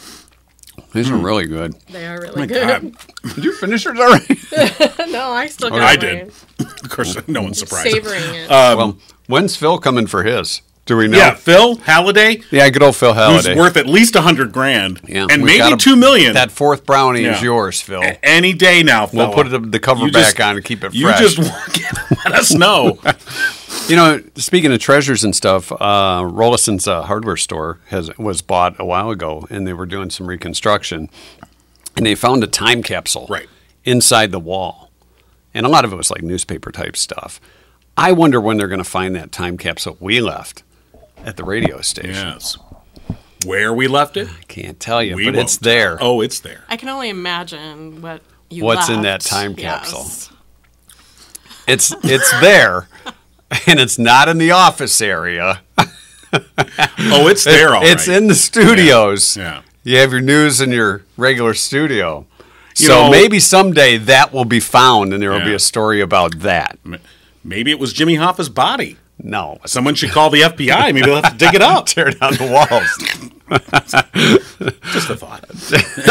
Speaker 2: These are
Speaker 3: Mm.
Speaker 2: really good.
Speaker 1: They are really good.
Speaker 3: God,
Speaker 2: Did you finish yours already?
Speaker 1: No, I still got
Speaker 3: I
Speaker 1: mine.
Speaker 3: did. Of course, no one's surprised.
Speaker 1: Savoring it.
Speaker 2: well, when's Phil coming for his? Do we know?
Speaker 3: Yeah, Phil Halliday,
Speaker 2: Yeah, good old Phil
Speaker 3: who's
Speaker 2: Halliday.
Speaker 3: worth at least a hundred grand,
Speaker 2: Yeah,
Speaker 3: and
Speaker 2: we
Speaker 3: maybe
Speaker 2: gotta-
Speaker 3: two million.
Speaker 2: That fourth brownie is
Speaker 3: Yeah. Eh.
Speaker 2: yours, Phil.
Speaker 3: a- any day now,
Speaker 2: We'll
Speaker 3: fella.
Speaker 2: put it, the cover
Speaker 3: You
Speaker 2: back
Speaker 3: just-
Speaker 2: on and keep it
Speaker 3: You
Speaker 2: fresh.
Speaker 3: just walk in, let us know.
Speaker 2: you know, speaking of treasures and stuff, uh, Rollison's uh, hardware store has was bought a while ago, and they were doing some reconstruction, and they found a time capsule
Speaker 3: Right.
Speaker 2: inside the wall, and a lot of it was like newspaper type stuff. I wonder when they're going to find that time capsule we left at the radio station.
Speaker 3: yes, where we left it,
Speaker 2: I can't tell you,
Speaker 3: we
Speaker 2: but
Speaker 3: won't.
Speaker 2: it's there.
Speaker 3: Oh, it's there.
Speaker 1: I can only imagine what you
Speaker 2: What's in
Speaker 1: left.
Speaker 2: that time
Speaker 1: Yes.
Speaker 2: capsule? It's it's there, and it's not in the office area.
Speaker 3: Oh, it's there. All
Speaker 2: it's
Speaker 3: right.
Speaker 2: in the studios.
Speaker 3: Yeah.
Speaker 2: You have your news in your regular studio.
Speaker 3: You
Speaker 2: so
Speaker 3: know-
Speaker 2: maybe someday that will be found and there will be
Speaker 3: Yeah.
Speaker 2: a story about that.
Speaker 3: M- Maybe it was Jimmy Hoffa's body.
Speaker 2: No.
Speaker 3: Someone should call the FBI. Maybe they'll have to dig it up.
Speaker 2: Tear down the walls.
Speaker 3: Just a thought.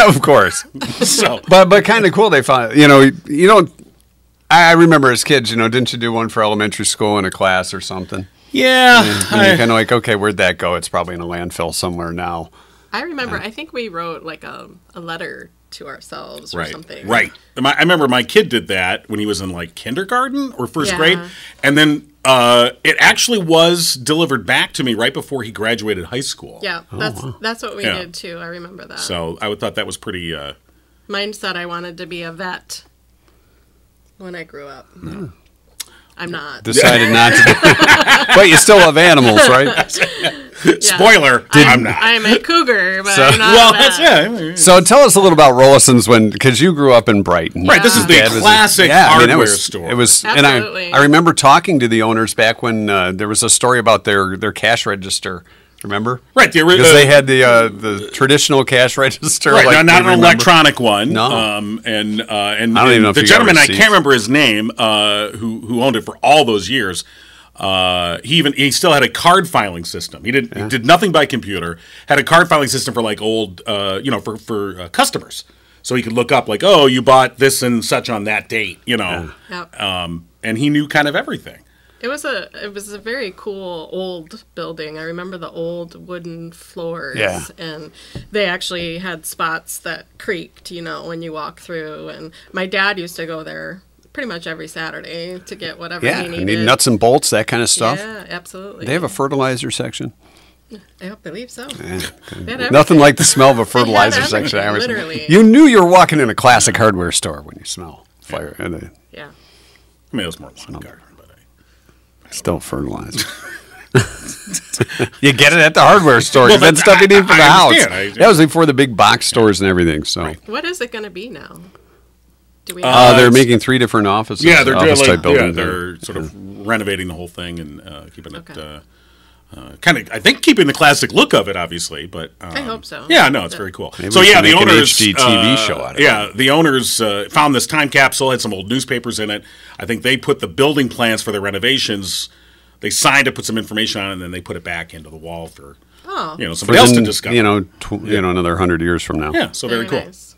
Speaker 2: of course.
Speaker 3: So
Speaker 2: But but kind of cool they found, you know, you don't I I remember as kids, you know, didn't you do one for elementary school in a class or something?
Speaker 3: yeah,
Speaker 2: And
Speaker 3: I-
Speaker 2: you're kind of like, okay, where'd that go? It's probably in a landfill somewhere now.
Speaker 1: I remember. I think we wrote like a, a letter to ourselves or something.
Speaker 3: Right. My, I remember my kid did that when he was in like kindergarten or first
Speaker 1: Yeah.
Speaker 3: grade, and then uh, it actually was delivered back to me right before he graduated high school.
Speaker 1: Yeah, that's that's what we
Speaker 3: Yeah.
Speaker 1: did too. I remember that.
Speaker 3: So I would thought that was pretty. Uh,
Speaker 1: Mine said I wanted to be a vet when I grew up. I'm not.
Speaker 2: Decided not to do But you still have animals, right?
Speaker 1: Yeah.
Speaker 3: Spoiler: I'm not.
Speaker 1: I'm a cougar, but
Speaker 2: So-
Speaker 1: I'm not.
Speaker 3: well,
Speaker 1: a
Speaker 3: that's
Speaker 1: vet.
Speaker 3: yeah.
Speaker 2: So tell us a little about Rollison's when, because you grew up in Brighton.
Speaker 3: Right. This is the
Speaker 2: Dad was a-
Speaker 3: classic
Speaker 2: I mean,
Speaker 3: hardware
Speaker 2: it was,
Speaker 3: store.
Speaker 2: It was,
Speaker 1: Absolutely.
Speaker 2: and I, I remember talking to the owners back when uh, there was a story about their, their cash register. Remember?
Speaker 3: Right, the ori-
Speaker 2: Because they
Speaker 3: uh,
Speaker 2: had the uh, the traditional cash register.
Speaker 3: Right,
Speaker 2: like
Speaker 3: no,
Speaker 2: we
Speaker 3: not an
Speaker 2: remember.
Speaker 3: electronic one.
Speaker 2: No.
Speaker 3: um, and uh, and,
Speaker 2: I don't even
Speaker 3: and
Speaker 2: know if
Speaker 3: the
Speaker 2: you got
Speaker 3: gentleman I
Speaker 2: receipts.
Speaker 3: can't remember his name uh, who who owned it for all those years. Uh, he even he still had a card filing system. He did he did nothing by computer. Had a card filing system for like old, uh, you know, for for uh, customers, so he could look up like, oh, you bought this and such on that date, you know.
Speaker 1: Yep.
Speaker 2: Oh.
Speaker 3: Um, and he knew kind of everything.
Speaker 1: It was a it was a very cool old building. I remember the old wooden floors
Speaker 2: Yeah.
Speaker 1: and they actually had spots that creaked, you know, when you walk through and my dad used to go there pretty much every Saturday to get whatever
Speaker 2: Yeah,
Speaker 1: he
Speaker 2: I
Speaker 1: needed.
Speaker 2: need nuts and bolts, that kind of stuff.
Speaker 1: Yeah, absolutely.
Speaker 2: They have a fertilizer section.
Speaker 1: I believe so.
Speaker 2: Nothing like the smell of a fertilizer
Speaker 1: Yeah,
Speaker 2: section. I always-
Speaker 1: literally.
Speaker 2: You knew you were walking in a classic hardware store when you smell fire. uh, And they
Speaker 1: Yeah.
Speaker 3: I mean, it was more lawn garden, but uh, I,
Speaker 2: still fertilizer. you get it at the hardware store. 'cause
Speaker 3: Well,
Speaker 2: that's stuff you need for
Speaker 3: I-
Speaker 2: the
Speaker 3: I
Speaker 2: house.
Speaker 3: understand. I-
Speaker 2: that was before the big box stores and everything. So
Speaker 1: What is it going to be now? Do we
Speaker 2: uh, they're
Speaker 3: it's-
Speaker 2: making three different offices.
Speaker 3: yeah, they're doing
Speaker 2: office
Speaker 3: like,
Speaker 2: type
Speaker 3: yeah,
Speaker 2: buildings.
Speaker 3: they're sort of renovating the whole thing and uh, keeping it.
Speaker 1: Okay.
Speaker 3: Uh, uh, kind of, I think keeping the classic look of it, obviously, but um, I
Speaker 1: hope so.
Speaker 3: Yeah, no, it's
Speaker 1: Yeah.
Speaker 3: very cool.
Speaker 2: Maybe
Speaker 3: so
Speaker 2: we
Speaker 3: yeah,
Speaker 2: can
Speaker 3: the
Speaker 2: make an
Speaker 3: owners uh,
Speaker 2: HD TV show out of it.
Speaker 3: yeah, the owners uh, found this time capsule had some old newspapers in it. I think they put the building plans for the renovations. They signed it, put some information on it, and then they put it back into the wall for
Speaker 1: oh,
Speaker 3: you know
Speaker 2: For
Speaker 3: somebody else to
Speaker 2: then,
Speaker 3: discover.
Speaker 2: You know, tw- you know, another hundred years from now.
Speaker 3: yeah, so very, cool.
Speaker 1: nice.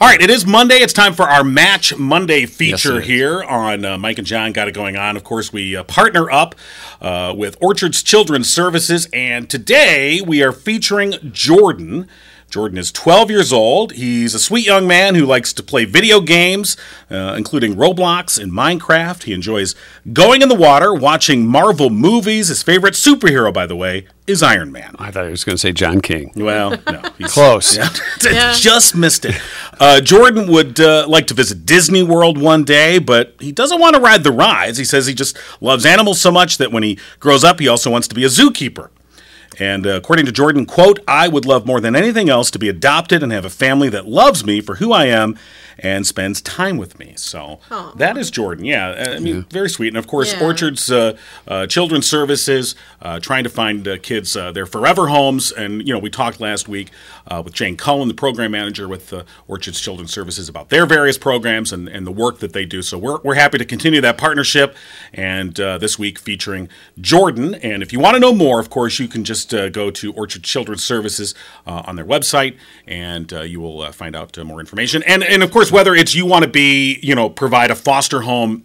Speaker 3: All right, it is Monday. It's time for our Match Monday feature
Speaker 2: it is.
Speaker 3: here on uh, Mike and John Got It Going On. Of course, we uh, partner up uh, with Orchards Children's Services, and today we are featuring Jordan. Jordan is 12 years old. He's a sweet young man who likes to play video games, uh, including Roblox and Minecraft. He enjoys going in the water, watching Marvel movies. His favorite superhero, by the way, is Iron Man.
Speaker 2: I thought he was going to say John King.
Speaker 3: Well, no, he's
Speaker 2: Close.
Speaker 1: Yeah.
Speaker 3: just missed it. Uh, Jordan would uh, like to visit Disney World one day, but he doesn't want to ride the rides. He says he just loves animals so much that when he grows up, he also wants to be a zookeeper. And uh, according to Jordan, quote, I would love more than anything else to be adopted and have a family that loves me for who I am and spends time with me. So that is Jordan. Yeah, uh, I mean, very sweet. And of course,
Speaker 1: Yeah.
Speaker 3: Orchard's uh, uh, Children's Services uh, trying to find uh, kids uh, their forever homes. And, you know, we talked last week uh, with Jane Cullen, the program manager with uh, Orchard's Children's Services, about their various programs and, and the work that they do. So we're, we're happy to continue that partnership. And uh, this week featuring Jordan. And if you want to know more, of course, you can just uh, go to Orchard Children's Services uh, on their website and uh, you will uh, find out uh, more information. And, and of course, whether it's you want to be, you know, provide a foster home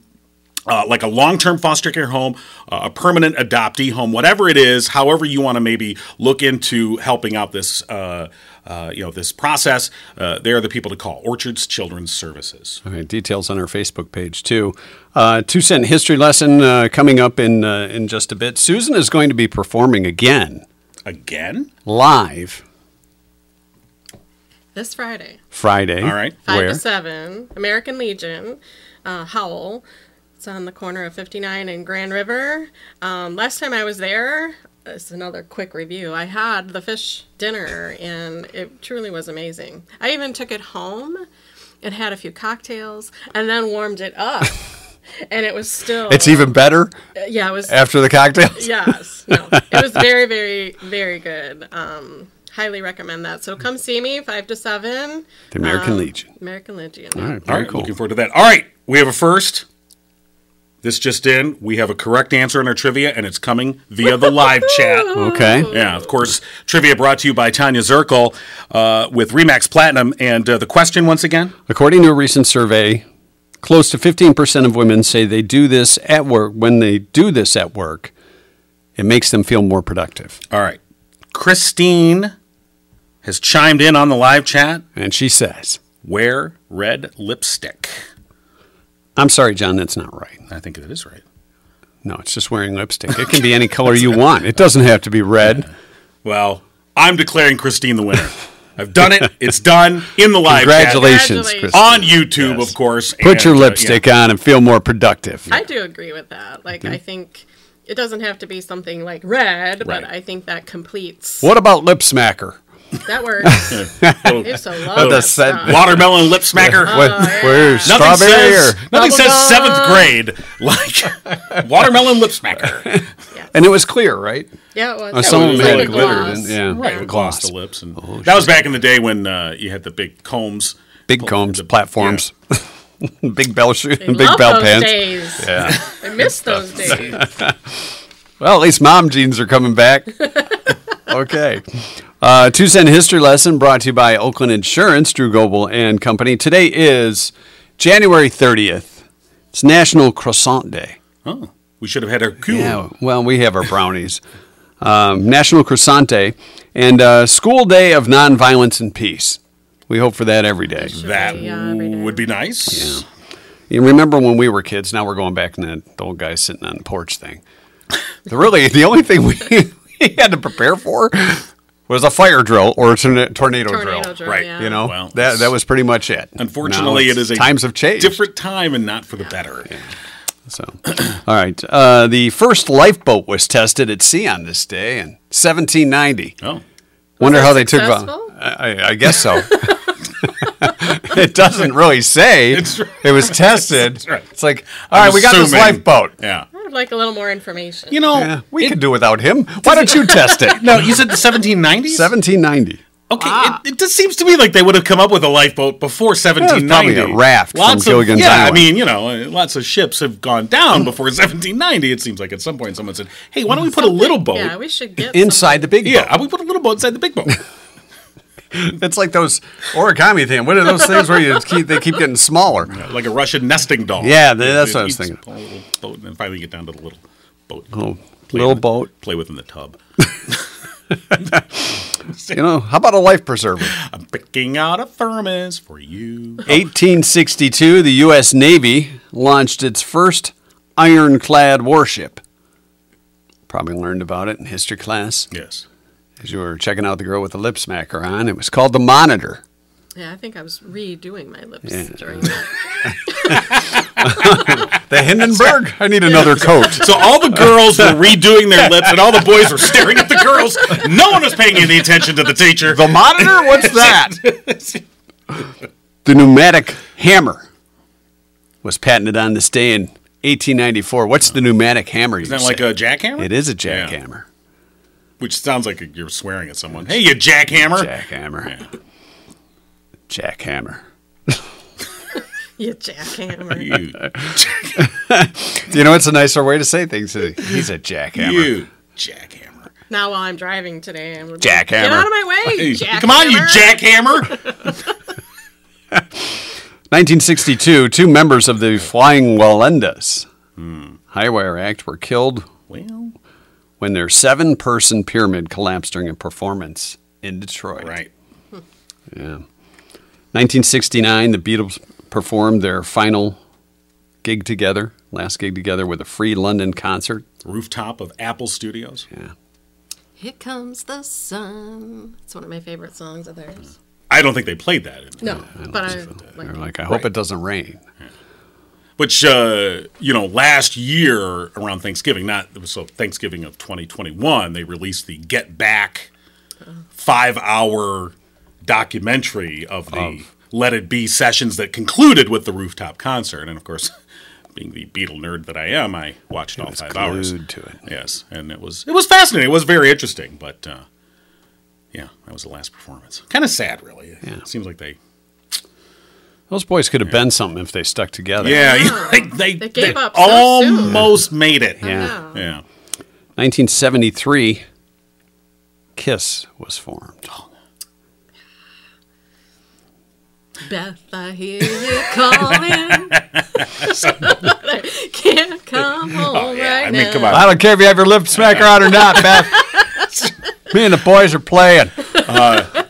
Speaker 3: uh, like a long-term foster care home, uh, a permanent adoptee home, whatever it is, however you want to maybe look into helping out this, uh, uh, you know, this process, uh, they are the people to call. Orchards Children's Services.
Speaker 2: All right, details on our Facebook page too. Uh, two cent history lesson uh, coming up in uh, in just a bit. Susan is going to be performing again
Speaker 3: Again,
Speaker 2: live
Speaker 1: This Friday.
Speaker 2: Friday.
Speaker 3: All right.
Speaker 1: Five
Speaker 2: where
Speaker 1: to seven. American Legion, uh, Howell. It's on the corner of 59 and Grand River. Um, last time I was there, this is another quick review. I had the fish dinner, and it truly was amazing. I even took it home and had a few cocktails, and then warmed it up, and it was still.
Speaker 2: it's e- even better
Speaker 1: yeah, it was
Speaker 2: after the cocktails.
Speaker 1: yes no it was very very very good um highly recommend that so come see me five to seven
Speaker 2: The American Legion.
Speaker 1: american legion
Speaker 2: All right,
Speaker 3: all
Speaker 2: very
Speaker 3: right,
Speaker 2: cool.
Speaker 3: looking forward to that. All right, we have a first. This just in, we have a correct answer in our trivia, and it's coming via the live chat.
Speaker 2: Okay.
Speaker 3: Yeah, of course. Trivia brought to you by Tanya Zirkel uh, with Remax Platinum. And uh, the question once again?
Speaker 2: According to a recent survey, close to 15% of women say they do this at work. When they do this at work, it makes them feel more productive.
Speaker 3: All right. Christine has chimed in on the live chat.
Speaker 2: And she says,
Speaker 3: Wear red lipstick.
Speaker 2: I'm sorry, John, that's not right.
Speaker 3: I think it is right.
Speaker 2: No, it's just wearing lipstick. It can be any color you want, it doesn't have to be red.
Speaker 3: Well, I'm declaring Christine the winner. I've done it. It's done in the live chat.
Speaker 2: Congratulations,
Speaker 1: Congratulations.
Speaker 2: Chris.
Speaker 3: On YouTube, of course.
Speaker 2: Put your
Speaker 3: and, uh, yeah.
Speaker 2: lipstick on and feel more productive.
Speaker 1: i do agree with that like i think it doesn't have to be something like red
Speaker 3: Right.
Speaker 1: but i think that completes
Speaker 2: What about lip smacker?
Speaker 1: that works
Speaker 3: Little
Speaker 1: it's a love
Speaker 2: the
Speaker 1: that
Speaker 2: scent.
Speaker 1: stuff.
Speaker 3: Watermelon lip smacker.
Speaker 2: What, where's
Speaker 3: Nothing
Speaker 2: strawberry
Speaker 3: says,
Speaker 2: or-
Speaker 3: nothing says
Speaker 1: Bubblegum.
Speaker 3: seventh grade like watermelon lip smacker.
Speaker 2: And it was clear, right?
Speaker 1: yeah it was
Speaker 2: Oh, some
Speaker 1: It
Speaker 2: of
Speaker 1: was
Speaker 2: them had
Speaker 1: like a
Speaker 2: glitter,
Speaker 1: gloss.
Speaker 2: didn't- yeah. Right.
Speaker 1: yeah.
Speaker 3: Gloss the lips,
Speaker 2: Oh,
Speaker 3: and that was back in the day when uh, you had the big combs.
Speaker 2: Big combs, platforms. big bell shoes,
Speaker 1: I
Speaker 2: big
Speaker 1: love
Speaker 2: bell
Speaker 1: those
Speaker 2: pants.
Speaker 1: days.
Speaker 2: Yeah.
Speaker 1: I miss those days.
Speaker 2: Well, at least mom jeans are coming back. okay. Uh, two cent history lesson brought to you by Oakland Insurance, Drew Goble and Company. Today is January 30th. It's National Croissant Day.
Speaker 3: Oh, we should have had our cue.
Speaker 2: Yeah, well, we have our brownies. um, National Croissant Day and uh, School Day of Nonviolence and Peace. We hope for that every day.
Speaker 3: That
Speaker 1: Yeah, every day.
Speaker 3: would be nice.
Speaker 2: You remember when we were kids? Now we're going back to the the old guy sitting on the porch thing. The really, the only thing we, we had to prepare for was a fire drill or a torna- tornado,
Speaker 1: Tornado
Speaker 2: drill.
Speaker 1: drill,
Speaker 3: right,
Speaker 1: yeah.
Speaker 2: You know,
Speaker 3: Well,
Speaker 2: that that was pretty much it.
Speaker 3: Unfortunately,
Speaker 2: Now
Speaker 3: it
Speaker 2: it's-
Speaker 3: is a
Speaker 2: times have changed.
Speaker 3: different time and not for the better.
Speaker 2: So, all right, uh, the first lifeboat was tested at sea on this day in 1790.
Speaker 3: Oh,
Speaker 2: Wonder
Speaker 1: that
Speaker 2: how they took.
Speaker 1: successful?
Speaker 2: I, I- I guess so. it doesn't really say.
Speaker 3: It's right.
Speaker 2: It was tested.
Speaker 3: right.
Speaker 2: It's like, all right, we got this
Speaker 3: Assuming-
Speaker 2: lifeboat.
Speaker 3: Yeah,
Speaker 1: I would like a little more information.
Speaker 3: you know,
Speaker 2: Yeah, we could do without him. Why don't you test it?
Speaker 3: no, you said the Ah. 1790s.
Speaker 2: 1790.
Speaker 3: Okay, it, it just seems to me like they would have come up with a lifeboat before 1790.
Speaker 2: probably a raft from
Speaker 3: lots of,
Speaker 2: Gilligan's
Speaker 3: Yeah, I
Speaker 2: Island.
Speaker 3: mean, you know, uh, lots of ships have gone down before 1790. It seems like at some point someone said, "Hey, why don't we put a little boat?
Speaker 1: yeah, we should get
Speaker 2: Inside the big boat.
Speaker 3: Yeah, I would put a little boat inside the big boat."
Speaker 2: It's like those origami thing. What are those things where you just keep, they keep getting smaller?
Speaker 3: like a Russian nesting doll.
Speaker 2: Yeah, th- that's
Speaker 3: It
Speaker 2: what I was
Speaker 3: eats
Speaker 2: thinking.
Speaker 3: a little boat, and then finally get down to the little boat.
Speaker 2: Oh,
Speaker 3: Play
Speaker 2: little
Speaker 3: with-
Speaker 2: boat.
Speaker 3: Play with in the tub.
Speaker 2: You know, how about a life preserver?
Speaker 3: I'm picking out a thermos for you.
Speaker 2: 1862, the U.S. Navy launched its first ironclad warship. Probably learned about it in history class
Speaker 3: Yes.
Speaker 2: as you were checking out the girl with the lip smacker on. It was called the Monitor.
Speaker 1: some- Yeah, I think I was redoing my lips during that.
Speaker 2: The Hindenburg. I need another coat.
Speaker 3: So all the girls were redoing their lips, and all the boys were staring at the girls. No one was paying any attention to the teacher.
Speaker 2: The monitor? What's that? the pneumatic hammer was patented on this day in 1894. What's the pneumatic hammer?
Speaker 3: Isn't that like a jackhammer?
Speaker 2: It is a
Speaker 3: Yeah.
Speaker 2: jackhammer.
Speaker 3: Which sounds like you're swearing at someone. Hey, you jackhammer!
Speaker 2: Jackhammer. Jackhammer.
Speaker 1: You jackhammer.
Speaker 3: You,
Speaker 2: You know, it's a nicer way to say things. He's a jackhammer.
Speaker 3: you jackhammer!
Speaker 1: Now while I'm driving today, I'm
Speaker 2: Jackhammer.
Speaker 1: Get out of my way,
Speaker 3: Hey,
Speaker 1: jackhammer.
Speaker 3: come on, you jackhammer!
Speaker 2: 1962, two members of the Flying Walendas
Speaker 3: Hmm.
Speaker 2: Highwire Act were killed
Speaker 3: well,
Speaker 2: when their seven person pyramid collapsed during a performance in Detroit.
Speaker 3: right.
Speaker 2: Yeah. 1969, the Beatles performed their final gig together, last gig together with a free London concert.
Speaker 3: Rooftop of Apple Studios.
Speaker 1: Here comes the sun. It's one of my favorite songs of theirs.
Speaker 3: I don't think they played that.
Speaker 1: No, but I
Speaker 2: They're
Speaker 1: like.
Speaker 2: like, I hope it doesn't rain.
Speaker 3: Which uh, you know, last year around Thanksgiving, not so Thanksgiving of 2021, they released the Get Back five-hour documentary of the Let It Be sessions that concluded with the rooftop concert, and of course, being the Beatle nerd that I am, I watched all
Speaker 2: It's
Speaker 3: five hours.
Speaker 2: glued to it.
Speaker 3: Yes, and it was it was fascinating. It was very interesting, but uh, yeah, that was the last performance. Kind of sad, really. It seems like they
Speaker 2: Those boys could have been something if they stuck together.
Speaker 3: yeah, like they,
Speaker 1: They gave up so soon.
Speaker 3: almost made it.
Speaker 2: Yeah.
Speaker 1: No.
Speaker 3: Yeah.
Speaker 2: 1973, Kiss was formed.
Speaker 1: Beth, I hear you calling. Can't come home right
Speaker 3: Oh, I mean,
Speaker 1: now.
Speaker 3: come on.
Speaker 2: I don't care if you have your lip smacker on or not, Beth. Me and the boys are playing.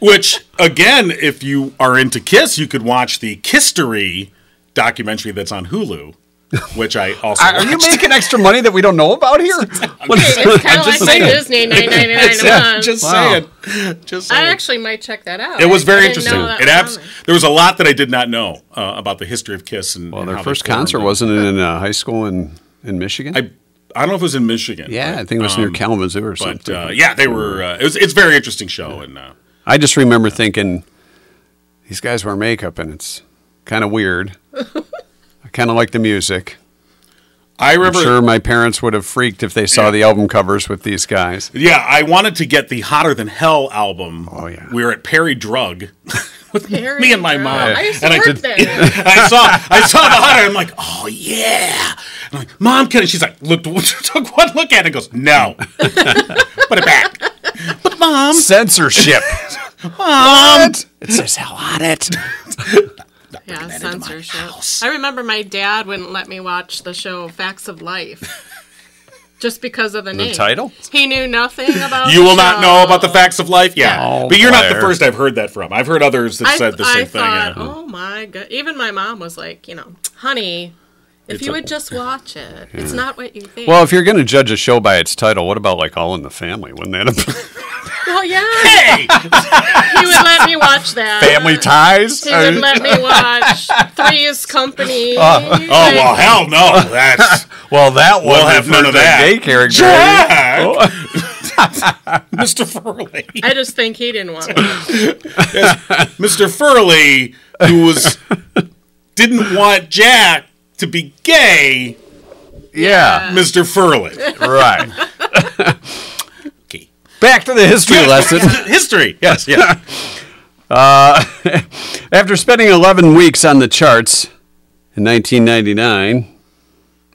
Speaker 3: Which, again, if you are into Kiss, you could watch the Kistery documentary that's on Hulu, which I also
Speaker 2: Are you
Speaker 3: watched.
Speaker 2: making extra money that we don't know about here?
Speaker 1: It's kind of
Speaker 2: I'm
Speaker 1: like
Speaker 2: just
Speaker 1: my
Speaker 2: saying.
Speaker 1: Disney nine ninety nine a
Speaker 3: Yeah,
Speaker 1: month.
Speaker 3: just
Speaker 2: Wow.
Speaker 3: saying. Just saying.
Speaker 1: I actually might check that out.
Speaker 3: it was
Speaker 1: I
Speaker 3: very
Speaker 1: didn't
Speaker 3: interesting.
Speaker 1: know that
Speaker 3: It
Speaker 1: was
Speaker 3: abs-
Speaker 1: on there.
Speaker 3: there was a lot that I did not know uh, about the history of Kiss and
Speaker 2: Well,
Speaker 3: and
Speaker 2: their
Speaker 3: how they
Speaker 2: first
Speaker 3: formed
Speaker 2: concert
Speaker 3: and-
Speaker 2: wasn't it in uh, high school in, in Michigan?
Speaker 3: I I don't know if it was in Michigan.
Speaker 2: yeah,
Speaker 3: but,
Speaker 2: I think it was near
Speaker 3: um,
Speaker 2: Kalamazoo or
Speaker 3: But
Speaker 2: something.
Speaker 3: uh, yeah, they were. Uh, it was. It's a very interesting show, and uh,
Speaker 2: I just remember thinking, these guys wear makeup and it's kind of weird. I kind of like the music.
Speaker 3: I
Speaker 2: I'm
Speaker 3: remember.
Speaker 2: sure my parents would have freaked if they saw
Speaker 3: Yeah.
Speaker 2: the album covers with these guys.
Speaker 3: Yeah, I wanted to get the Hotter Than Hell album.
Speaker 2: Oh, yeah.
Speaker 3: We were at Perry Drug. with
Speaker 1: Very
Speaker 3: me and my
Speaker 1: true.
Speaker 3: mom.
Speaker 1: I used to
Speaker 3: and I
Speaker 1: work
Speaker 3: did.
Speaker 1: there.
Speaker 3: I saw I saw the hunter. I'm like, oh yeah. And I'm like, mom, can I-" she's like, looked took one look at it and goes, no, put it back. But mom,
Speaker 2: Um, Censorship. Um,
Speaker 3: mom,
Speaker 2: it says how on it.
Speaker 1: Yeah,
Speaker 3: into my
Speaker 1: censorship.
Speaker 3: house.
Speaker 1: I remember my dad wouldn't let me watch the show Facts of Life just because of the, name.
Speaker 2: title?
Speaker 1: He knew nothing about
Speaker 3: you
Speaker 1: the
Speaker 3: will not know
Speaker 1: show.
Speaker 3: about the facts of life. Yeah,
Speaker 2: Oh,
Speaker 3: but you're not the
Speaker 2: Blair.
Speaker 3: first I've heard that from. I've heard others that
Speaker 1: I,
Speaker 3: said the
Speaker 1: I
Speaker 3: same thing.
Speaker 1: thought,
Speaker 3: yeah.
Speaker 1: oh my god. Even my mom was like, you know, honey, if
Speaker 3: It's
Speaker 1: you
Speaker 3: a-
Speaker 1: would just watch it, it's not what you think.
Speaker 2: Well, if you're going to judge a show by its title, what about like All in the Family? Wouldn't that have
Speaker 1: Well, yeah,
Speaker 3: Hey,
Speaker 1: he would let me watch that.
Speaker 2: family ties?
Speaker 1: He would let me watch Three's Company.
Speaker 3: oh well, hell no. That's
Speaker 2: well, that one
Speaker 3: We'll have
Speaker 2: referred
Speaker 3: none of
Speaker 2: to a
Speaker 3: that.
Speaker 2: Gay character.
Speaker 3: Jack,
Speaker 2: Oh.
Speaker 3: Mr. Furley.
Speaker 1: I just think he didn't want it.
Speaker 3: Mr. Furley, who was didn't want Jack to be gay,
Speaker 2: Yeah,
Speaker 3: Mr. Furley.
Speaker 2: right.
Speaker 3: Okay.
Speaker 2: Back to the history lesson.
Speaker 3: History. Yes, yes.
Speaker 2: Uh, After spending 11 weeks on the charts in 1999,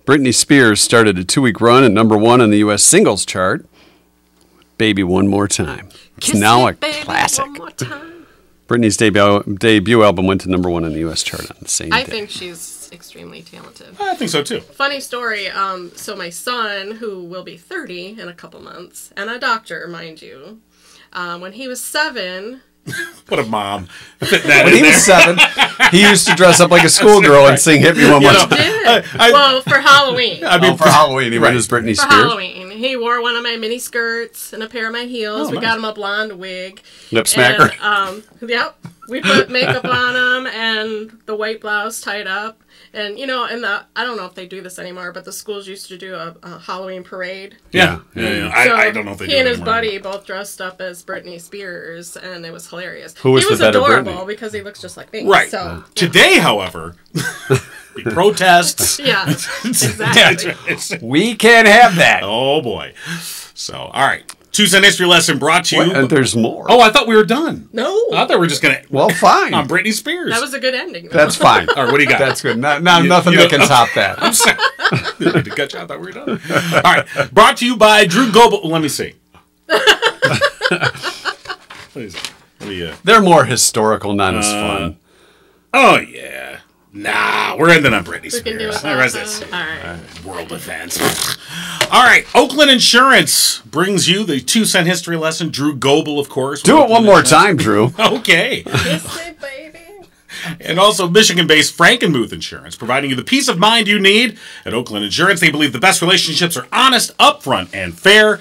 Speaker 2: Britney Spears started a two week run at number one on the U.S. singles chart. Baby One More Time. It's
Speaker 1: Kiss
Speaker 2: now
Speaker 1: me,
Speaker 2: a
Speaker 1: baby,
Speaker 2: classic.
Speaker 1: One more time.
Speaker 2: Britney's debut, debut album went to number one on the U.S. chart on the same
Speaker 1: I
Speaker 2: day.
Speaker 1: think she's extremely talented.
Speaker 3: I think so too.
Speaker 1: Funny story. Um, so my son, who will be 30 in a couple months, and a doctor, mind you, um, when he was seven,
Speaker 3: What a mom. Fit that
Speaker 2: when
Speaker 3: in
Speaker 2: he was
Speaker 3: there.
Speaker 2: seven, he used to dress up like a schoolgirl and sing "Hit Me One More
Speaker 3: You know,
Speaker 2: Time."
Speaker 1: did well for Halloween.
Speaker 3: I mean,
Speaker 2: Oh, for Halloween, he went as Britney
Speaker 1: for
Speaker 2: Spears.
Speaker 1: Halloween, he wore one of my mini skirts and a pair of my
Speaker 3: Oh,
Speaker 1: heels. we got him a blonde wig.
Speaker 2: Lip smacker.
Speaker 1: And, um, yep. We put makeup on him and the white blouse tied up. And, you know, and the, I don't know if they do this anymore, but the schools used to do a, a Halloween parade.
Speaker 3: yeah, yeah, yeah.
Speaker 1: So
Speaker 3: I, I don't know if they
Speaker 1: he
Speaker 3: do
Speaker 1: and
Speaker 3: it
Speaker 1: his
Speaker 3: anymore.
Speaker 1: buddy both dressed up as Britney Spears, and it was hilarious.
Speaker 2: Who was
Speaker 1: he
Speaker 2: the
Speaker 1: was
Speaker 2: better
Speaker 1: adorable
Speaker 2: Britney?
Speaker 1: because he looks just like me.
Speaker 3: Right.
Speaker 1: So,
Speaker 3: Today, however, be protests.
Speaker 1: yeah, exactly.
Speaker 3: Yeah, it's-
Speaker 2: We can't have that.
Speaker 3: oh boy. So, all right. Tuesday history lesson brought to you.
Speaker 2: And there's more. Oh,
Speaker 3: Oh, I thought we were done.
Speaker 1: No,
Speaker 3: I thought we were just gonna.
Speaker 2: well, fine.
Speaker 3: on Britney Spears.
Speaker 1: that was a good ending. though.
Speaker 2: That's fine.
Speaker 3: All right, what do you got?
Speaker 2: That's good. Not, not nothing
Speaker 3: you
Speaker 2: that
Speaker 3: know-
Speaker 2: can top that.
Speaker 3: I'm sorry. You did a good job. I thought we were done. All right. Brought to you by Drew Goble. Let me see. Let me see. Let me, uh,
Speaker 2: They're more historical, not as fun.
Speaker 3: oh, yeah. Nah, we're ending on Britney
Speaker 1: We can do it.
Speaker 3: Spears. All right, this.
Speaker 1: All right.
Speaker 3: World events. All right. Oakland Insurance brings you the two cent history lesson. Drew Goble, of course. with
Speaker 2: Do it one
Speaker 3: Oakland
Speaker 2: more
Speaker 3: Insurance.
Speaker 2: time, Drew.
Speaker 3: Okay.
Speaker 1: Kiss it, baby.
Speaker 3: and also Michigan-based Frankenmuth Insurance, providing you the peace of mind you need. At Oakland Insurance, they believe the best relationships are honest, upfront, and fair.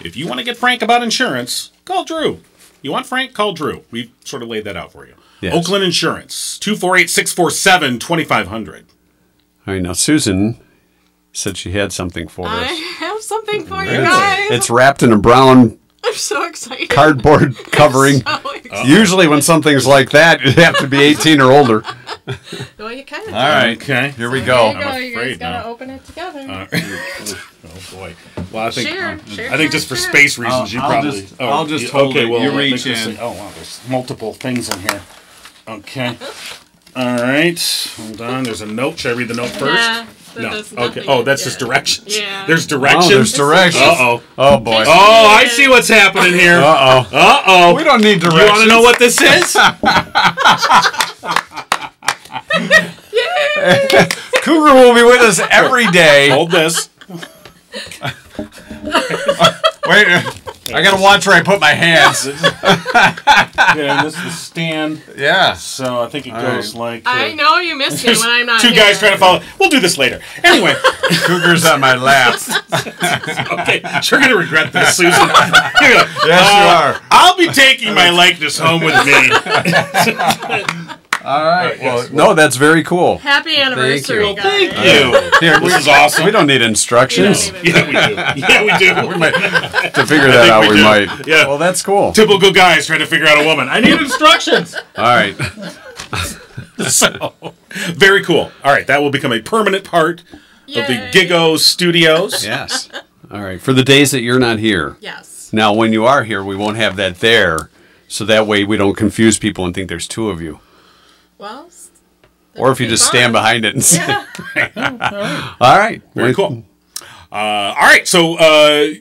Speaker 3: If you want to get frank about insurance, call Drew. You want frank? Call Drew. We've sort of laid that out for you.
Speaker 2: Yes.
Speaker 3: Oakland Insurance, 248-647-2500.
Speaker 2: All right, now Susan said she had something for
Speaker 1: I
Speaker 2: us.
Speaker 1: have something for you guys.
Speaker 2: It's wrapped in a brown
Speaker 1: I'm so excited.
Speaker 2: cardboard covering.
Speaker 1: So excited.
Speaker 2: Usually, when something's like that, you have to be 18 or older.
Speaker 1: well, you kind of.
Speaker 2: All right,
Speaker 3: Okay.
Speaker 2: here we
Speaker 1: There you
Speaker 2: go.
Speaker 1: go.
Speaker 3: I'm
Speaker 1: You
Speaker 3: afraid
Speaker 1: guys gotta
Speaker 3: now.
Speaker 1: open it together.
Speaker 3: oh boy. Well, I think uh,
Speaker 1: Share, share,
Speaker 3: I think just for
Speaker 1: share.
Speaker 3: space reasons, you
Speaker 2: I'll
Speaker 3: probably. oh,
Speaker 2: just- I'll just hold it. You
Speaker 3: I think
Speaker 2: reach
Speaker 3: this
Speaker 2: in.
Speaker 3: is- Oh wow, there's multiple things in here. Okay. All right. Hold on. There's a note. Should I read the note first?
Speaker 1: Nah, that
Speaker 3: no.
Speaker 1: does
Speaker 3: Okay.
Speaker 1: nothing.
Speaker 3: Oh, that's
Speaker 1: Yeah.
Speaker 3: just directions.
Speaker 1: Yeah.
Speaker 3: There's
Speaker 2: Oh,
Speaker 3: directions.
Speaker 2: there's directions.
Speaker 3: Uh oh.
Speaker 2: Oh boy.
Speaker 1: Okay.
Speaker 3: Oh, I see what's happening here.
Speaker 2: Uh oh.
Speaker 3: Uh oh.
Speaker 2: We don't need
Speaker 3: You
Speaker 2: directions.
Speaker 3: want to know what this is?
Speaker 2: Cougar will be with us every day.
Speaker 3: Hold this.
Speaker 2: Wait, I gotta watch where I put my hands.
Speaker 3: Yeah, this is stand.
Speaker 2: Yeah.
Speaker 3: So I think it goes like. uh,
Speaker 1: I know you miss me when I'm not.
Speaker 3: Two
Speaker 1: here.
Speaker 3: guys trying to follow. We'll do this later. Anyway.
Speaker 2: Cougar's on my lap.
Speaker 3: Okay, you're gonna regret this, Susan. yes, you
Speaker 2: Yes, you are.
Speaker 3: I'll be taking my likeness home with me.
Speaker 2: All right.
Speaker 3: yes,
Speaker 2: Well, no, that's very cool.
Speaker 1: Happy anniversary,
Speaker 2: you.
Speaker 1: guys.
Speaker 3: Thank you.
Speaker 2: Here, we,
Speaker 3: This is awesome.
Speaker 2: we don't need instructions.
Speaker 1: You don't
Speaker 3: Yeah, we do. Yeah, we do. We're my
Speaker 2: to figure that out, we,
Speaker 3: do.
Speaker 2: might.
Speaker 3: Yeah.
Speaker 2: Well, that's cool.
Speaker 3: typical guys trying to figure out a woman. I need instructions.
Speaker 2: All right.
Speaker 3: So, very cool. All right, that will become a permanent part of the
Speaker 1: Yay.
Speaker 3: Gigo Studios.
Speaker 2: Yes. All right. For the days that you're not here.
Speaker 1: Yes.
Speaker 2: Now, when you are here, we won't have that there. So that way we don't confuse people and think there's two of you.
Speaker 1: Well,
Speaker 2: Or if you just stand behind it and say,
Speaker 1: Yeah.
Speaker 2: all right.
Speaker 3: Very
Speaker 2: we-
Speaker 3: cool. Uh, all right, so uh,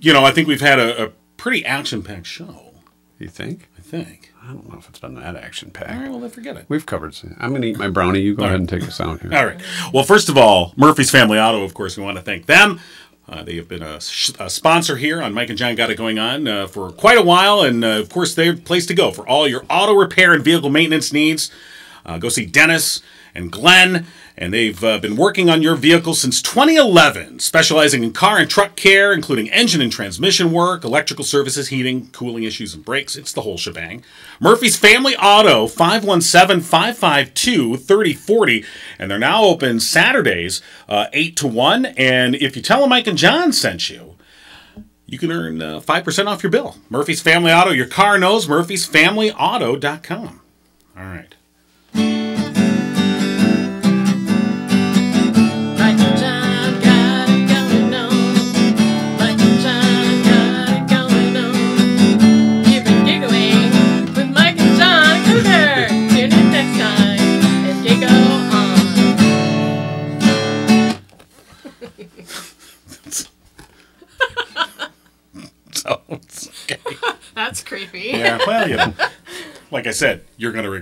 Speaker 3: you know, I think we've had a, a pretty action-packed show.
Speaker 2: You think?
Speaker 3: I think.
Speaker 2: I don't know if it's been that action
Speaker 3: All right,
Speaker 2: packed.
Speaker 3: well then forget it.
Speaker 2: We've covered. some- I'm going to eat my brownie. You go ahead and take us out here.
Speaker 3: All right. Well, first of all, Murphy's Family Auto, of course, we want to thank them. Uh, they have been a, sh- a sponsor here on Mike and John Got It Going On uh, for quite a while. And uh, of course, they're the place to go for all your auto repair and vehicle maintenance needs. Uh, go see Dennis and Glenn. And they've uh, been working on your vehicle since 2011, specializing in car and truck care, including engine and transmission work, electrical services, heating, cooling issues, and brakes. It's the whole shebang. Murphy's Family Auto, 517 552 3040. And they're now open Saturdays, uh, 8 to 1. And if you tell them Mike and John sent you, you can earn uh, 5% off your bill. Murphy's Family Auto, your car knows, murphy'sfamilyauto.com. All right.
Speaker 1: Mike and John got it going on. Mike and John got it going on. You've been giggling with Mike and John Cougar. Tune in next time and giggle on.
Speaker 3: So, okay.
Speaker 1: That's creepy.
Speaker 3: Yeah, well, you know, like I said, you're going to regret.